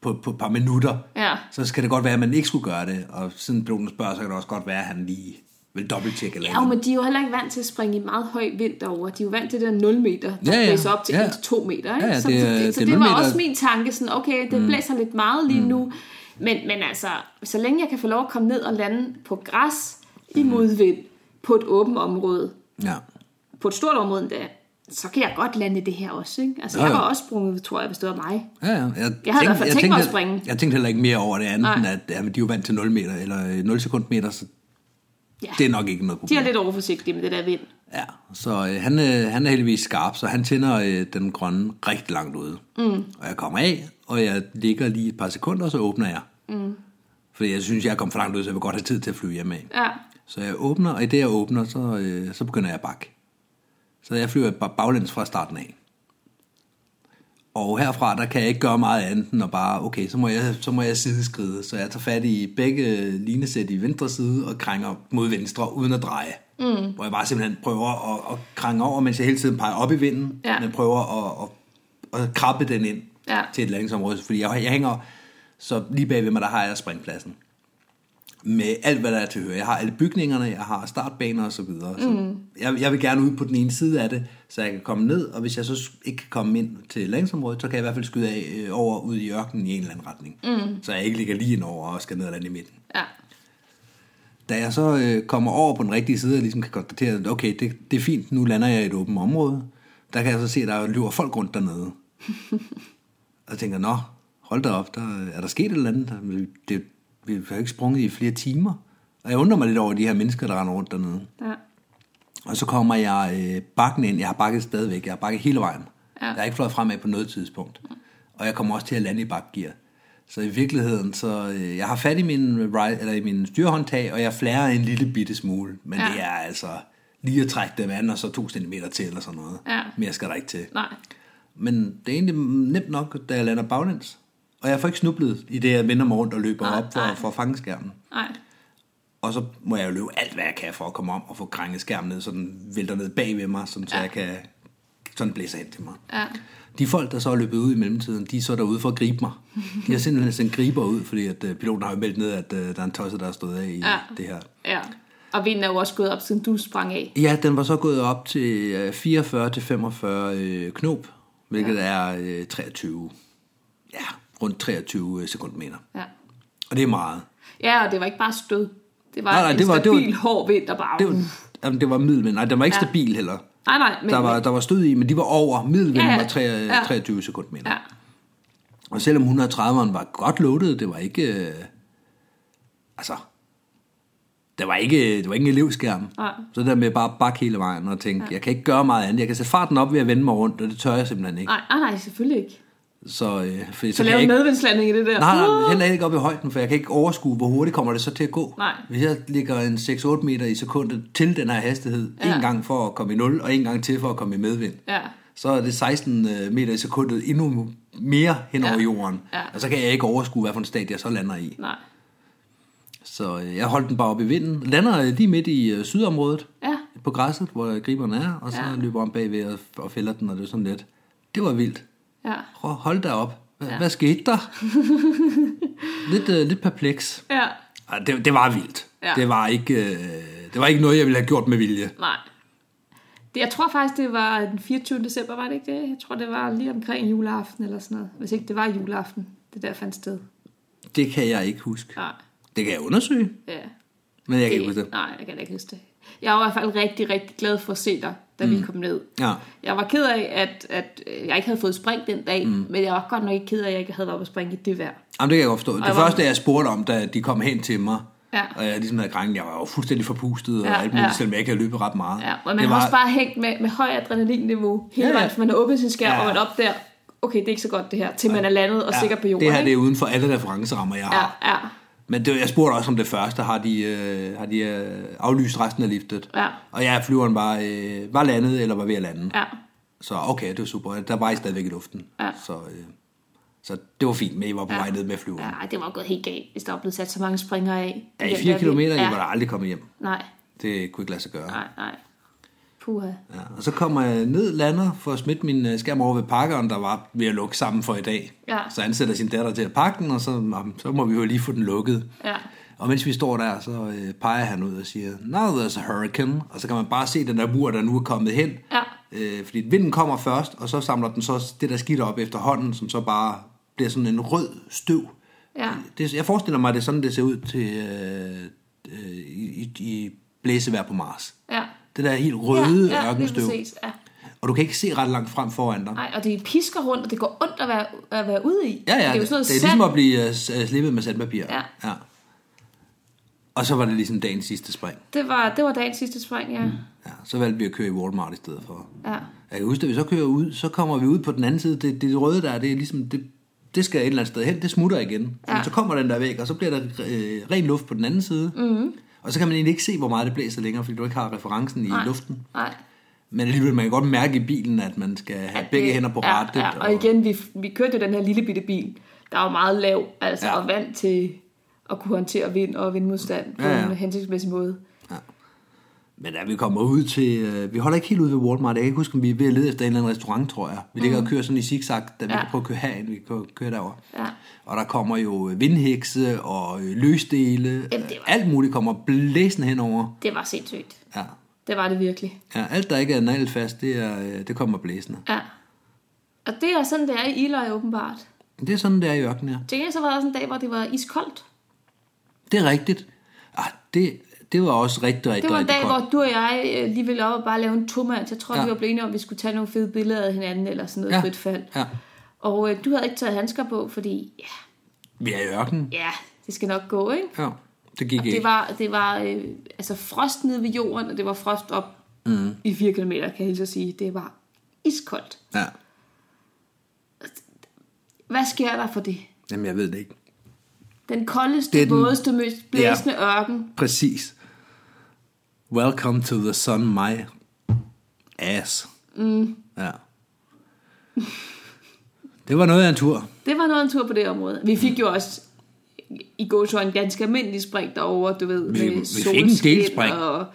B: på, på et par minutter,
C: Ja.
B: så skal det godt være, at man ikke skulle gøre det. Og siden piloten spørger, så kan det også godt være, at han lige vil dobbelttjekke eller
C: Ja, men de er jo heller ikke vant til at springe i meget høj vind derovre. De er jo vant til det der 0 meter, der
B: Ja,
C: ja,
B: ja.
C: ja. blæser op til
B: Ja.
C: ja. 1-2 meter. Ikke?
B: Ja, ja,
C: så
B: det
C: det,
B: er-
C: det, så
B: det er
C: det,
B: 0
C: var
B: meter.
C: også min tanke, sådan, okay, det blæser lidt meget lige mm. nu. Men, men altså, så længe jeg kan få lov at komme ned og lande på græs i
B: Mm.
C: modvind på et åbent område,
B: Ja.
C: på et stort område endda, så kan jeg godt lande i det her også. Ikke? Altså,
B: Ja,
C: ja, ja.
B: ja.
C: jeg var også sprunget, tror jeg, hvis det var mig.
B: Ja, ja. Jeg, jeg
C: hvert fald tænkt mig at springe.
B: Jeg tænkte heller ikke mere over det andet,
C: Nej.
B: end at jamen, de er jo vant til 0 meter, eller øh, 0 sekundmeter, så
C: Ja.
B: det er nok ikke noget problem.
C: De er lidt overforsigtige med det der vind.
B: Ja, så øh, han, øh, han er heldigvis skarp, så han tænder øh, den grønne rigtig langt ude. Mm. Og jeg kommer af, og jeg ligger lige et par sekunder, og så åbner jeg. Mm. Fordi jeg synes, jeg er kommet for langt ud, så jeg vil godt have tid til at flyve hjem af.
C: Ja.
B: Så jeg åbner, og i det jeg åbner, så, øh, så begynder jeg at bakke. Så jeg flyver ba- baglæns fra starten af. Og herfra, der kan jeg ikke gøre meget andet end at bare, okay, så må jeg, så må jeg sideskride. Så jeg tager fat i begge linesæt i venstre side og krænger mod venstre uden at dreje. Mm. Hvor jeg bare simpelthen prøver at, at krænge over, mens jeg hele tiden peger op i vinden.
C: Ja.
B: Men prøver at, at, at krabbe den ind
C: Ja.
B: til et landingsområde. Fordi jeg, jeg hænger, så lige bagved mig, der har jeg springpladsen med alt, hvad der er til høre. Jeg har alle bygningerne, jeg har startbaner og så videre. Så mm. jeg, jeg vil gerne ud på den ene side af det, så jeg kan komme ned, og hvis jeg så ikke kan komme ind til landingsområdet, så kan jeg i hvert fald skyde af øh, over ud i ørkenen i en eller anden retning. Mm. Så jeg ikke ligger lige ind over og skal ned og lande i midten.
C: Ja.
B: Da jeg så øh, kommer over på den rigtige side, og ligesom kan konstatere, at okay, det, det er fint, nu lander jeg i et åbent område, der kan jeg så se, at der løber folk rundt dernede. og jeg tænker, nå, hold da op, der, er der sket et eller andet? Det, det, vi har jo ikke sprunget i flere timer. Og jeg undrer mig lidt over de her mennesker, der render rundt dernede.
C: Ja.
B: Og så kommer jeg øh, bakken ind. Jeg har bakket stadigvæk. Jeg har bakket hele vejen. Ja.
C: Ja.
B: Jeg har ikke fløjet fremad på noget tidspunkt. Og jeg kommer også til at lande i bakgear. Så i virkeligheden, så øh, jeg har fat i min, ride, eller i min styrhåndtag, og jeg flærer en lille bitte smule. Men ja.
C: Ja.
B: det er altså lige at trække dem an, og så to centimeter til, eller sådan noget.
C: Ja.
B: Mere skal der ikke til.
C: Nej.
B: Men det er egentlig nemt nok, da jeg lander baglæns. Og jeg får ikke snublet i det, jeg vender mig rundt og løber
C: Nej,
B: op for,
C: nej.
B: for at fange skærmen.
C: Nej.
B: Og så må jeg jo løbe alt, hvad jeg kan for at komme om og få krænget skærmen ned, så den vælter ned bag ved mig, sådan, så jeg kan sådan blæse ind til mig.
C: Ja.
B: De folk, der så er løbet ud i mellemtiden, de er så derude for at gribe mig. De har simpelthen sendt griber ud, fordi at, øh, piloten har jo meldt ned, at øh, der er en tosset, der er stået af i ja.
C: Ja.
B: det her.
C: Ja. Og vinden er jo også gået op, siden du sprang af.
B: Ja, den var så gået op til øh, 44-45 øh, knop, hvilket ja. er øh, 23, ja, rundt 23 sekundmeter.
C: Ja.
B: Og det er meget.
C: Ja, og det var ikke bare stød. Det var
B: Nej, nej,
C: en
B: det var- det var-
C: stabil, hård vind, der bare...
B: Det var, jamen, det var middelvind. Nej, den var ikke ja. stabil heller.
C: Nej, nej, men...
B: der, var, der var stød i, men de var over. Middelvinden
C: Ja, ja.
B: var tre,
C: Ja.
B: 23 sekundmeter.
C: Ja,
B: Og selvom 130'eren var godt loaded, det var ikke... Øh, altså, Der var ikke, der var ikke en elevskærm. Nej. Så det der med bare at bakke hele vejen og tænke, ja. jeg kan ikke gøre meget andet. Jeg kan sætte farten op ved at vende mig rundt, og det tør jeg simpelthen ikke.
C: Nej, ah, nej, selvfølgelig ikke.
B: Så, øh, fordi,
C: Så
B: kan
C: lave
B: jeg
C: en
B: ikke,
C: medvindslanding i det der.
B: Nej, nej, heller ikke op i højden, for jeg kan ikke overskue, hvor hurtigt kommer det så til at gå.
C: Nej.
B: Hvis jeg ligger en 6-8 meter i sekundet til den her hastighed,
C: Ja.
B: en gang for at komme i 0, og en gang til for at komme i medvind,
C: Ja.
B: så er det 16 øh, meter i sekundet endnu mere hen over
C: Ja.
B: jorden.
C: Ja.
B: Og så kan jeg ikke overskue, hvad for en stat jeg så lander i.
C: Nej.
B: Så øh, jeg holdt den bare op i vinden. Lander øh, lige midt i øh, sydområdet
C: Ja.
B: på græsset, hvor griberen er, og så
C: Ja.
B: løber om bagved og, og fælder den, og det er sådan lidt. Det var vildt.
C: Ja.
B: Prøv at holde dig op. Hva,
C: Ja.
B: ja. Hvad skete der? lidt, øh, lidt perpleks.
C: Ja.
B: Ej, Det, det var vildt.
C: Ja.
B: Det, var ikke, øh, det var ikke noget, jeg ville have gjort med vilje.
C: Nej. Det, jeg tror faktisk, det var den 24. december, var det ikke det? Jeg tror, det var lige omkring juleaften eller sådan noget. Hvis ikke det var juleaften, det der fandt sted.
B: Det kan jeg ikke huske.
C: Nej.
B: Det kan jeg undersøge,
C: Ja.
B: men jeg kan ikke huske det.
C: Nej, jeg kan da ikke huske det. Jeg var i hvert fald rigtig, rigtig glad for at se dig, da mm. vi kom ned.
B: Ja.
C: Jeg var ked af, at, at øh, jeg ikke havde fået spring den dag, mm. men jeg var godt nok ikke ked af, at jeg ikke havde været på spring i det vejr.
B: Jamen, det kan jeg godt forstå. Det
C: jeg var-
B: første, jeg spurgte om, da de kom hen til mig,
C: Ja.
B: og jeg ligesom havde krænket, jeg var jo fuldstændig forpustet og
C: Ja,
B: alt muligt,
C: ja.
B: selvom jeg ikke havde løbet ret meget.
C: Ja, og man
B: det
C: har
B: var,
C: også bare hængt med, med høj adrenalinniveau hele
B: Ja,
C: ja,
B: ja.
C: vejen, for man har åbnet sin skærm,
B: Ja.
C: og man opdager, okay, det er ikke så godt det her, til man er landet og ja, sikker på jorden.
B: Det her det
C: ikke?
B: er uden for alle referencerammer, jeg har.
C: Ja, ja,
B: Men det, jeg spurgte også om det første, har de, øh, har de øh, aflyst resten af liftet?
C: Ja.
B: Og jeg flyveren var, øh, var landet, eller var ved at lande.
C: ja.
B: Så okay, det var super. Der var I stadigvæk i luften.
C: Ja.
B: Så, øh, så det var fint, men I var på ja. vej ned med flyveren. Ja.
C: Ja, det var gået helt galt, hvis der var blevet sat så mange springere af.
B: Ja, i
C: den
B: fire
C: der
B: kilometer,
C: vind.
B: I var der aldrig kommet hjem.
C: Nej,
B: Det kunne ikke lade sig gøre.
C: nej, nej. Puha.
B: Ja. Og så kommer jeg ned, lander for at smitte min øh, skærm over ved pakkeren, der var ved at lukke sammen for i dag.
C: Ja.
B: Så ansætter sin datter til at pakke den, og så, jamen, så må vi jo lige få den lukket.
C: Ja.
B: Og mens vi står der, så øh, peger han ud og siger, Now there's a hurricane. Og så kan man bare se den der mur, der nu er kommet hen.
C: Ja.
B: Øh, fordi vinden kommer først, og så samler den så det der skidt op efterhånden, som så bare bliver sådan en rød støv.
C: Ja.
B: Det, jeg forestiller mig, at det er sådan, det ser ud til øh, øh, i, i- i blæsevejr på Mars.
C: Ja.
B: Det der helt røde
C: ja, ja,
B: ørkenstøv.
C: Lige præcis, ja.
B: Og du kan ikke se ret langt frem foran dig.
C: Nej, og det pisker rundt, og det går ondt at være, at være ude i.
B: Ja, ja,
C: det er jo sådan noget
B: det er
C: sand.
B: ligesom at blive øh, s- øh, slippet med sandpapir.
C: Ja.
B: ja. Og så var det ligesom dagens sidste spring.
C: Det var, det var dagens sidste spring, ja. Mm.
B: Ja, så valgte vi at køre i Walmart i stedet for.
C: Ja.
B: Jeg kan huske, at vi så kører ud, så kommer vi ud på den anden side. Det, det røde der, det er ligesom, det, det skal et eller andet sted hen, det smutter igen.
C: Ja.
B: Ja. Så kommer den der væk, og så bliver der øh, ren luft på den anden side. Mm-hmm. Og så kan man egentlig ikke se, hvor meget det blæser længere, fordi du ikke har referencen i
C: Nej.
B: luften.
C: Nej.
B: Men alligevel, man kan godt mærke i bilen, at man skal have
C: At
B: begge
C: det-
B: hænder på
C: ja,
B: rattet.
C: Ja, og igen, vi, vi kørte jo den her lille bitte bil, der var meget lav, altså,
B: Ja.
C: og vant til at kunne håndtere vind og vindmodstand på
B: Ja, ja.
C: en hensigtsmæssig måde.
B: Men da vi kommer ud til... Øh, vi holder ikke helt ude ved Walmart. Jeg kan ikke huske, om vi er ved at lede efter en eller anden restaurant, tror jeg. Vi ligger og kører sådan i zigzag, da vi
C: Mm. Ja.
B: ja. kan prøve at køre herind, vi kan køre derover.
C: Ja.
B: Og der kommer jo øh, vindhekse og øh, løsdele.
C: Jamen, det var-
B: Alt muligt kommer blæsende henover.
C: Det var sindssygt.
B: Ja.
C: Det var det virkelig.
B: ja alt, der ikke er nagelfast, det, er, øh, det kommer blæsende.
C: Ja. Og det er sådan, det er i Iløj åbenbart.
B: Men Det er sådan, det er i ørkenen her.
C: Til gengæld så var der sådan en dag, hvor det var iskoldt.
B: Det er rigtigt. Ah, det, det var også rigtig, rigtig,
C: Det var en
B: rigtig
C: dag,
B: koldt.
C: hvor du og jeg øh, lige ville op og bare lave en tomat. Jeg tror, ja.
B: Ja.
C: vi var blevet enige om, at vi skulle tage nogle fede billeder af hinanden, eller sådan noget ja.
B: Ja.
C: frit fald.
B: Ja.
C: Og øh, du havde ikke taget handsker på, fordi ja,
B: Vi er i ørkenen.
C: ja det skal nok gå, ikke?
B: Ja, det gik ikke.
C: Det var, det var øh, altså frost nede ved jorden, og det var frost op mm. i 4 km, kan jeg hilse at sige. Det var iskoldt.
B: Ja.
C: Hvad sker der for det?
B: Jamen, jeg ved det ikke.
C: Den koldeste,
B: Det er
C: den...
B: den-
C: vådeste, mest blæsende ja. ørken.
B: Præcis. Welcome to the sun, my ass. Mm. Ja. Det var noget af en tur.
C: Det var noget af en tur på det område. Vi fik jo også i går en ganske almindelig spring derovre, du ved,
B: Vi-
C: med
B: vi fik en
C: solskin
B: del spring.
C: og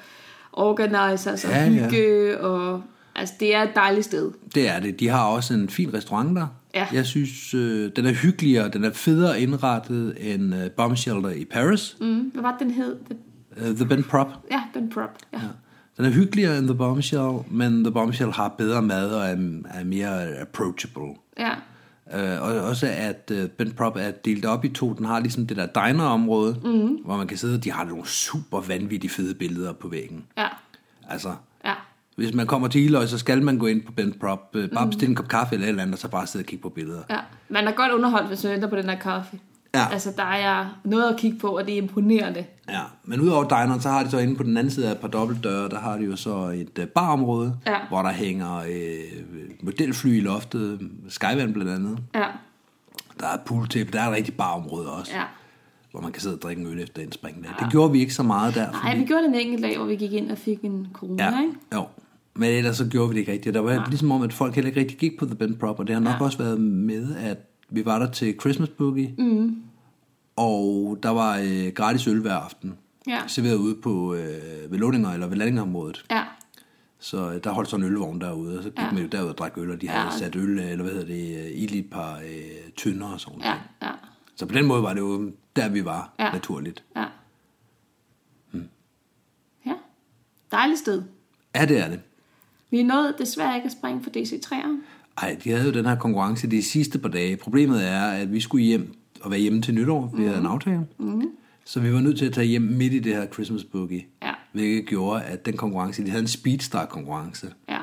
C: organizers og
B: Ja, ja.
C: hygge, og altså det er et dejligt sted.
B: Det er det. De har også en fin restaurant der.
C: Ja.
B: Jeg synes, øh, den er hyggeligere, den er federe indrettet end øh, Bomb Shelter i Paris. Mm.
C: Mm, hvad var det, den hed? The,
B: Uh, the Ben Prop.
C: ja, Ben Prop. Ja. ja.
B: Den er hyggeligere end The Bombshell, men The Bombshell har bedre mad og er, er mere approachable.
C: ja.
B: Øh, og også at øh, Ben Prop er delt op i to. Den har ligesom det der diner-område,
C: Mhm.
B: mm. hvor man kan sidde, og de har nogle super vanvittige fede billeder på væggen.
C: Ja,
B: Altså,
C: ja,
B: hvis man kommer til Iløj, så skal man gå ind på Ben Prop,
C: Mhm.
B: øh, bare bestille en kop kaffe eller et eller andet, og så bare sidde og kigge på billeder.
C: ja. Man er godt underholdt, hvis man venter på den her kaffe.
B: Ja.
C: Altså, der er noget at kigge på, og det er imponerende.
B: Ja, men udover dineren, så har de så inde på den anden side af et par dobbeltdøre, der har de jo så et øh, barområde,
C: Ja.
B: hvor der hænger øh, modelfly i loftet, Skyvan blandt andet.
C: Ja,
B: Der er pooltip, der er et rigtigt barområde også,
C: ja.
B: hvor man kan sidde og drikke en øl efter en springdag. Det gjorde vi ikke så meget der.
C: Nej, vi gjorde det en enkelt dag, hvor vi gik ind og fik en corona,
B: Ja,
C: ikke?
B: jo. Men ellers så gjorde vi det ikke rigtigt. Der var ja. ligesom om, at folk heller ikke rigtig gik på The Ben Prop, og det har nok ja. også været med, at vi var der til Christmas Boogie, mm. og der var øh, gratis øl hver aften,
C: Ja.
B: serveret ude på, øh, ved Lundinger eller ved landingområdet.
C: Ja,
B: Så øh, der holdt sådan en ølvogn derude, og så gik ja. man jo derud og drak øl, og de havde
C: Ja.
B: sat øl, øh, eller hvad hedder det, øh, ild i et par øh, tynder og sådan
C: ja,
B: noget.
C: ja,
B: Så på den måde var det jo der, vi var,
C: Ja.
B: naturligt.
C: ja. Ja, dejligt sted.
B: Ja, det er det.
C: Vi nåede desværre ikke at springe for DC3'eren.
B: Ej, de havde jo den her konkurrence de sidste par dage. Problemet er, at vi skulle hjem og være hjemme til nytår. Vi havde en
C: Mhm.
B: aftale. Mm. Så vi var nødt til at tage hjem midt i det her Christmas boogie.
C: Ja.
B: Hvilket gjorde, at den konkurrence, de havde en speedstar-konkurrence.
C: Ja.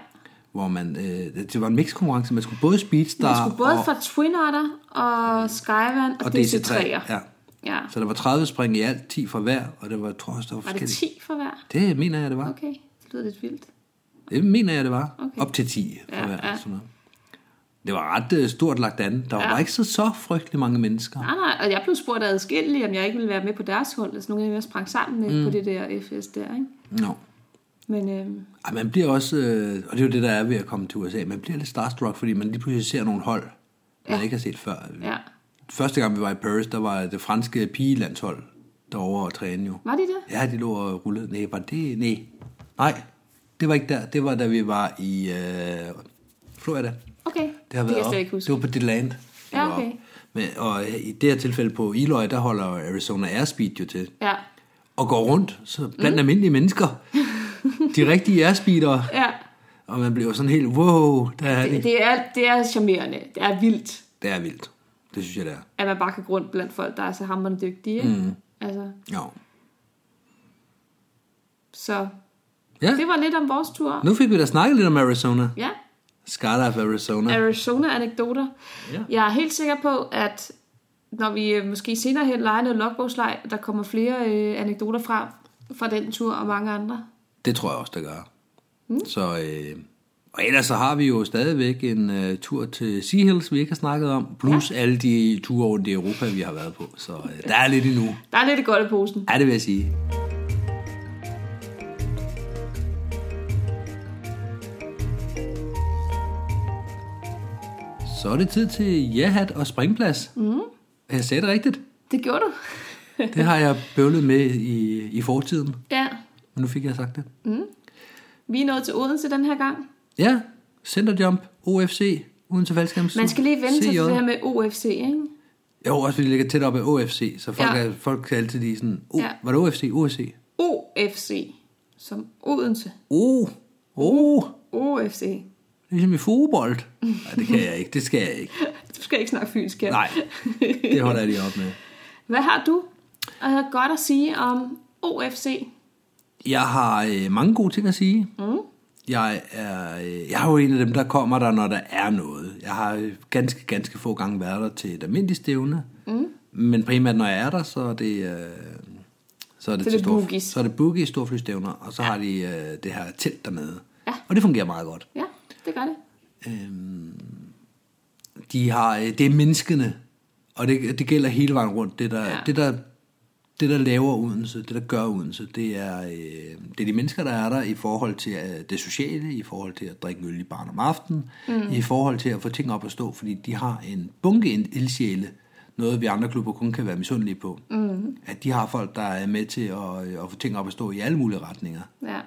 B: Hvor man, øh, det var en mix-konkurrence. Man skulle både
C: Vi
B: speedstar
C: skulle både
B: og,
C: fra Twin Otter og Skyvan og,
B: og
C: DC3.
B: DC3. Ja.
C: ja.
B: Så der var 30 spring i alt, 10 fra hver, og det var, jeg tror også, der var
C: Var det
B: forskellige.
C: 10 for hver?
B: Det mener jeg, det var.
C: Okay, det lyder lidt vildt.
B: Det mener jeg, det var.
C: Okay.
B: Okay. Op til 10 for
C: Ja,
B: ja, hver.
C: ja.
B: Ja. Sådan noget. Det var ret øh, stort lagt an. Der ja. var ikke så, så frygtelig mange mennesker.
C: Nej, nej, og jeg blev spurgt adskilligt, om jeg ikke ville være med på deres hold. Altså nogle af dem, jeg sprang sammen med mm. på det der FS der, ikke?
B: No.
C: Men øhm,
B: Ej, man bliver også, øh, og det er jo det, der er ved at komme til USA, man bliver lidt starstruck, fordi man lige pludselig ser nogle hold, man ja. ikke har set før.
C: ja,
B: Første gang, vi var i Paris, der var det franske pigelandshold derovre og træne jo.
C: var det det?
B: Ja, de lå og rullede. Nej, var det? Nej. Nej, det var ikke der. Det var, da vi var i øh, Florida.
C: Okay,
B: Det har
C: det kan
B: været
C: jeg
B: op.
C: slet ikke huske.
B: Det var på dit land.
C: Ja, okay.
B: Men, og i det her tilfælde på Eloy, der holder Arizona Airspeed jo til.
C: Ja,
B: Og går rundt så blandt mm. almindelige mennesker. De rigtige airspeedere.
C: ja.
B: Og man bliver sådan helt, wow, der er
C: Det,
B: det.
C: det, er, det er charmerende. Det er vildt,
B: Det er vildt. Det synes jeg, det er.
C: at man bare kan gå rundt blandt folk, der er så hammerende dygtige. Ikke? Mm. Altså,
B: Jo.
C: så
B: Ja,
C: det var lidt om vores tur.
B: nu fik vi da snakket lidt om Arizona.
C: Ja,
B: Skydive Arizona.
C: Arizona-anekdoter.
B: Ja.
C: Jeg er helt sikker på, at når vi øh, måske senere hen leger noget logbogslej, der kommer flere øh, anekdoter fra, fra den tur og mange andre.
B: Det tror jeg også, der gør. Mm. Så, øh, og ellers så har vi jo stadigvæk en øh, tur til Sea Hills, vi ikke har snakket om. Plus ja. alle de ture rundt i Europa, vi har været på. Så øh, der er lidt endnu.
C: Der er lidt godt i posen.
B: Ja, det vil jeg sige. Så er det tid til jahat og springplads. Mm. Jeg sagde det rigtigt.
C: Det gjorde du.
B: Det har jeg bøvlet med i, i fortiden,
C: ja,
B: men nu fik jeg sagt det.
C: vi er nået til Odense den her gang.
B: Ja, centerjump, OFC, uden til faldskærms.
C: Man skal lige vente sig til
B: CJ.
C: det her med OFC, ikke?
B: Jo, også fordi det ligger tæt op af OFC, så folk,
C: Ja.
B: ja. er, folk kan altid lige sådan, oh,
C: Ja.
B: ja. var det OFC, OFC?
C: OFC, som Odense.
B: Oh, oh,
C: OFC.
B: ligesom i fodbold. Nej, det kan jeg ikke, det skal jeg ikke.
C: Du skal ikke snakke fynsk her.
B: Nej, det holder jeg lige op med.
C: Hvad har du uh, godt at sige om OFC?
B: Jeg har øh, mange gode ting at sige. Mm. Jeg, er, øh, jeg er jo en af dem, der kommer der, når der er noget. Jeg har øh, ganske, ganske få gange været der til et almindeligt stævne. Mm. Men primært, når jeg er der, så er det... Øh, så er det,
C: Så er
B: til
C: det
B: store-
C: boogies.
B: Så er det boogies, storflystævner, og så har de øh, det her telt dernede.
C: Ja.
B: Og det fungerer meget godt.
C: Ja, det gør det.
B: Øhm, de har, øh, det er menneskene, og det, det gælder hele vejen rundt. Det der,
C: Ja.
B: ja. det, der, det, der laver Odense, det der gør Odense, det er, øh, det er de mennesker, der er der i forhold til øh, det sociale, i forhold til at drikke øl i barn om aftenen, mm. i forhold til at få ting op at stå, fordi de har en bunke ind- ildsjæle, noget vi andre klubber kun kan være misundelige på. Mm. At de har folk, der er med til at, øh, at få ting op at stå i alle mulige retninger.
C: Ja.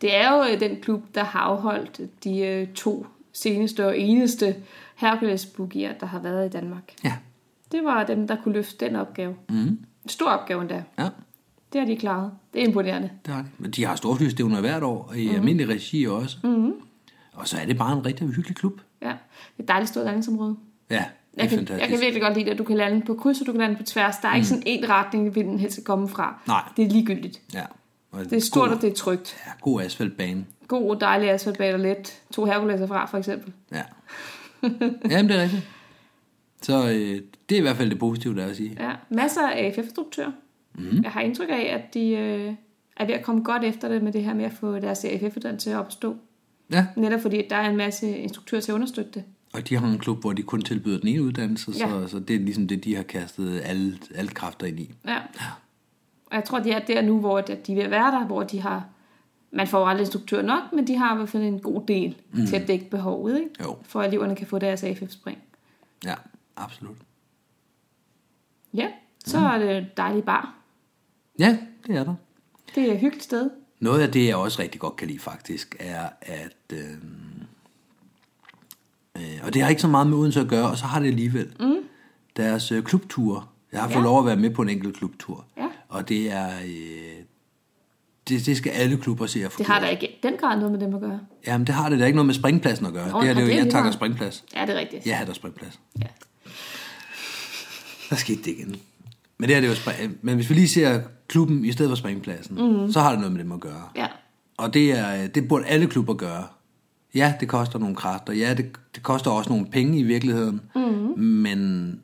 C: Det er jo øh, den klub, der har afholdt de øh, to seneste og eneste hercules bugier der har været i Danmark.
B: Ja,
C: Det var dem, der kunne løfte den opgave.
B: Mhm.
C: Mm. En stor opgave endda.
B: ja.
C: Det har de klaret. Det er imponerende.
B: Det har de. Men de har storflystævner hvert år, og i
C: Mhm.
B: mm-hmm. almindelig regi også. Mm-hmm. Og så er det bare en rigtig hyggelig klub.
C: Ja. Det er et dejligt stort landingsområde.
B: Ja, det er
C: Jeg kan,
B: fantastisk. Mhm.
C: jeg kan virkelig godt lide, at du kan lande på kryds, og du kan lande på tværs. Der er mm. ikke sådan en retning, vinden helst skal komme fra.
B: Nej.
C: Det er ligegyldigt.
B: Ja. Og
C: Det er stort,
B: god,
C: og det er trygt.
B: Ja, god asfaltbane.
C: God og dejlig asfaltbane og let. To herkuleser fra, for eksempel.
B: Ja. Jamen, det er rigtigt. Så øh, det er i hvert fald det positive, der er at sige.
C: Ja, masser af AFF-instruktører. Mm. Jeg har indtryk af, at de øh, er ved at komme godt efter det med det her med at få deres AFF-uddannelse op at stå.
B: Ja,
C: Netop fordi, at der er en masse instruktører til at understøtte det.
B: og de har en klub, hvor de kun tilbyder den ene uddannelse,
C: Ja.
B: så, så det er ligesom det, de har kastet alle, alle kræfter ind i.
C: Ja. Og jeg tror, de er der nu, hvor at- at de er ved at være der, hvor de har... Man får jo aldrig instruktører nok, men de har i hvert fald en god del mm. til at dække behovet, ikke?
B: Jo.
C: for at eleverne kan få deres AFF-spring.
B: Ja, absolut.
C: Ja, så mm. er det en dejlig bar.
B: Ja, det er der.
C: Det er et hyggeligt sted.
B: Noget af det, jeg også rigtig godt kan lide faktisk, er at... Øh, øh, og det har ikke så meget med Odense at gøre, og så har det alligevel. Mm. Deres øh, klubture. Jeg har ja. fået lov at være med på en enkelt klubtur.
C: Ja.
B: Og det er... Øh, det, det skal alle klubber se at få
C: Det har der ikke i den grad noget med dem at gøre.
B: Jamen, det har det da ikke noget med springpladsen at gøre.
C: Nå,
B: det her
C: nej,
B: det
C: det
B: er
C: er
B: jo, jeg
C: lige
B: takker
C: meget.
B: springplads.
C: Ja, det er rigtigt.
B: Jeg hatter springplads.
C: ja.
B: Der skete det igen. Men det her det er jo spring... øh, Men hvis vi lige ser klubben i stedet for springpladsen,
C: Mhm.
B: mm. så har det noget med dem at gøre.
C: ja.
B: Og det, er, øh, det burde alle klubber gøre. Ja, det koster nogle kræfter. Ja, det, det koster også nogle penge i virkeligheden. Mm-hmm. Men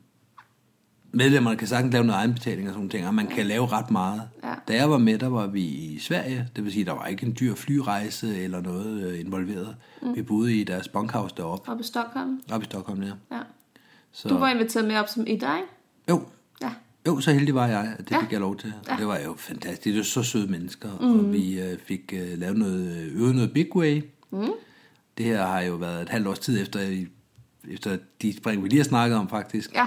B: medlemmerne kan sagtens lave noget egenbetaling og sådan nogle ting, og man kan lave ret meget.
C: Ja.
B: Da jeg var med, der var vi i Sverige. Det vil sige, der var ikke en dyr flyrejse eller noget øh, involveret. Mm. Vi boede i deres bunkhouse deroppe,
C: Oppe i Stockholm.
B: oppe i Stockholm der.
C: Ja.
B: Så,
C: Du var inviteret med op som et, ikke?
B: Jo,
C: Ja.
B: jo, så heldig var jeg, at det
C: Ja.
B: ja. fik jeg lov til. Og det var jo fantastisk. Det var så søde mennesker, mm. og vi øh, fik øh, lavet noget, øh, øvet noget big way. Mm. Det her har jo været et halvt års tid efter, efter de spring, vi lige har snakket om faktisk.
C: Ja.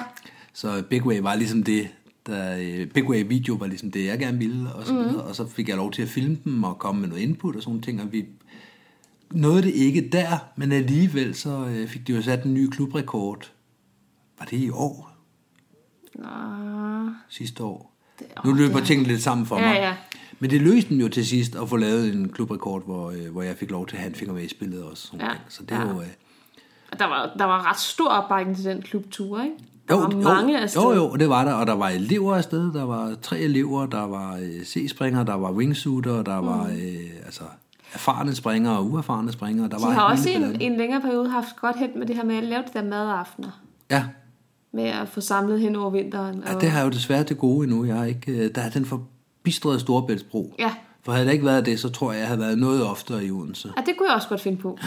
B: Så big way var ligesom det, der, øh, big way video var ligesom det, jeg gerne ville, og så, mm. og så fik jeg lov til at filme dem og komme med noget input og sådan nogle ting, og vi nåede det ikke der, men alligevel så øh, fik de jo sat en ny klubrekord. Var det i år?
C: Nå.
B: sidste år.
C: Det-
B: Det, nu løber tingene lidt sammen for
C: Ja,
B: mig.
C: ja.
B: Men det løste dem jo til sidst at få lavet en klubrekord, hvor, øh, hvor jeg fik lov til at have en finger med i spillet også. Sådan
C: Ja,
B: ja. Så det er
C: ja.
B: jo... Øh,
C: Og Der var, der var ret stor opbakning til den klubtur, ikke? Der
B: jo,
C: var
B: jo,
C: mange af
B: jo, jo, det var der, og der var elever afsted, der var tre elever, der var øh, C-springer, der var wingsuiter, der mm. var øh, altså, erfarne springere og uerfarne springere. Der var
C: De har
B: hele
C: også i en,
B: balladen.
C: i en længere periode haft godt held med det her med at lave de der madaftener.
B: Ja,
C: Med at få samlet hen over vinteren.
B: ja,
C: og-
B: det har jeg jo desværre til gode endnu. Jeg har ikke, øh, der er den forbistrede Storebæltsbro.
C: Ja.
B: For havde det ikke været det, så tror jeg, jeg havde været noget oftere i Odense.
C: ja, det kunne jeg også godt finde på.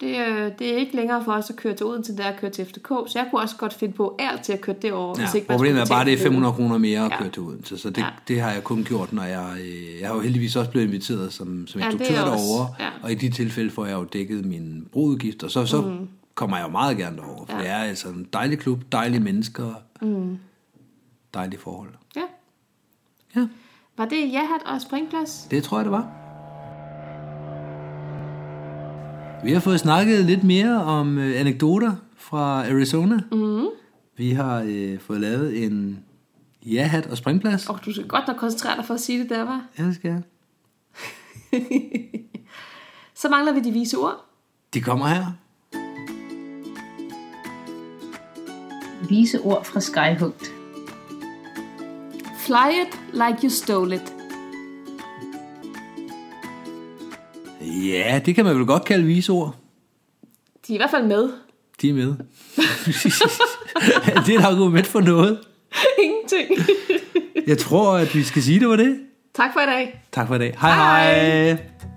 C: Det, øh, det er ikke længere for os at køre til Odense, der er at køre til FDK, så jeg kunne også godt finde på alt til at køre derover.
B: Ja,
C: hvis ikke man
B: problemet er
C: skulle
B: bare, at det er
C: betale for
B: 500 kroner mere at
C: Ja.
B: køre til Odense, så det, ja.
C: Ja.
B: det har jeg kun gjort, når jeg... øh, Jeg har jo heldigvis også blevet inviteret som, som
C: Ja, det er
B: instruktør
C: også-
B: derovre,
C: ja.
B: og i de tilfælde får jeg jo dækket min brudgift, og så, så mm. kommer jeg jo meget gerne derover, for ja. det er altså en dejlig klub, dejlige mennesker, mm. dejlige forhold.
C: Ja.
B: Ja,
C: Var det jahat og springplads?
B: det tror jeg, det var. Vi har fået snakket lidt mere om øh, anekdoter fra Arizona. Mm. Vi har øh, fået lavet en ja-hat og springplads.
C: Og du skal godt nok koncentrere dig for at sige det der, var.
B: Ja, det skal jeg.
C: Så mangler vi de vise ord.
B: De kommer her.
A: Vise ord fra Skyhugt.
C: Fly it like you stole it.
B: Ja, det kan man vel godt kalde visord.
C: De er i hvert fald med.
B: De er med. det er et argument for noget.
C: Ingenting.
B: Jeg tror, at vi skal sige, det var det.
C: tak for i dag.
B: Tak for i dag. Hej hej. hej.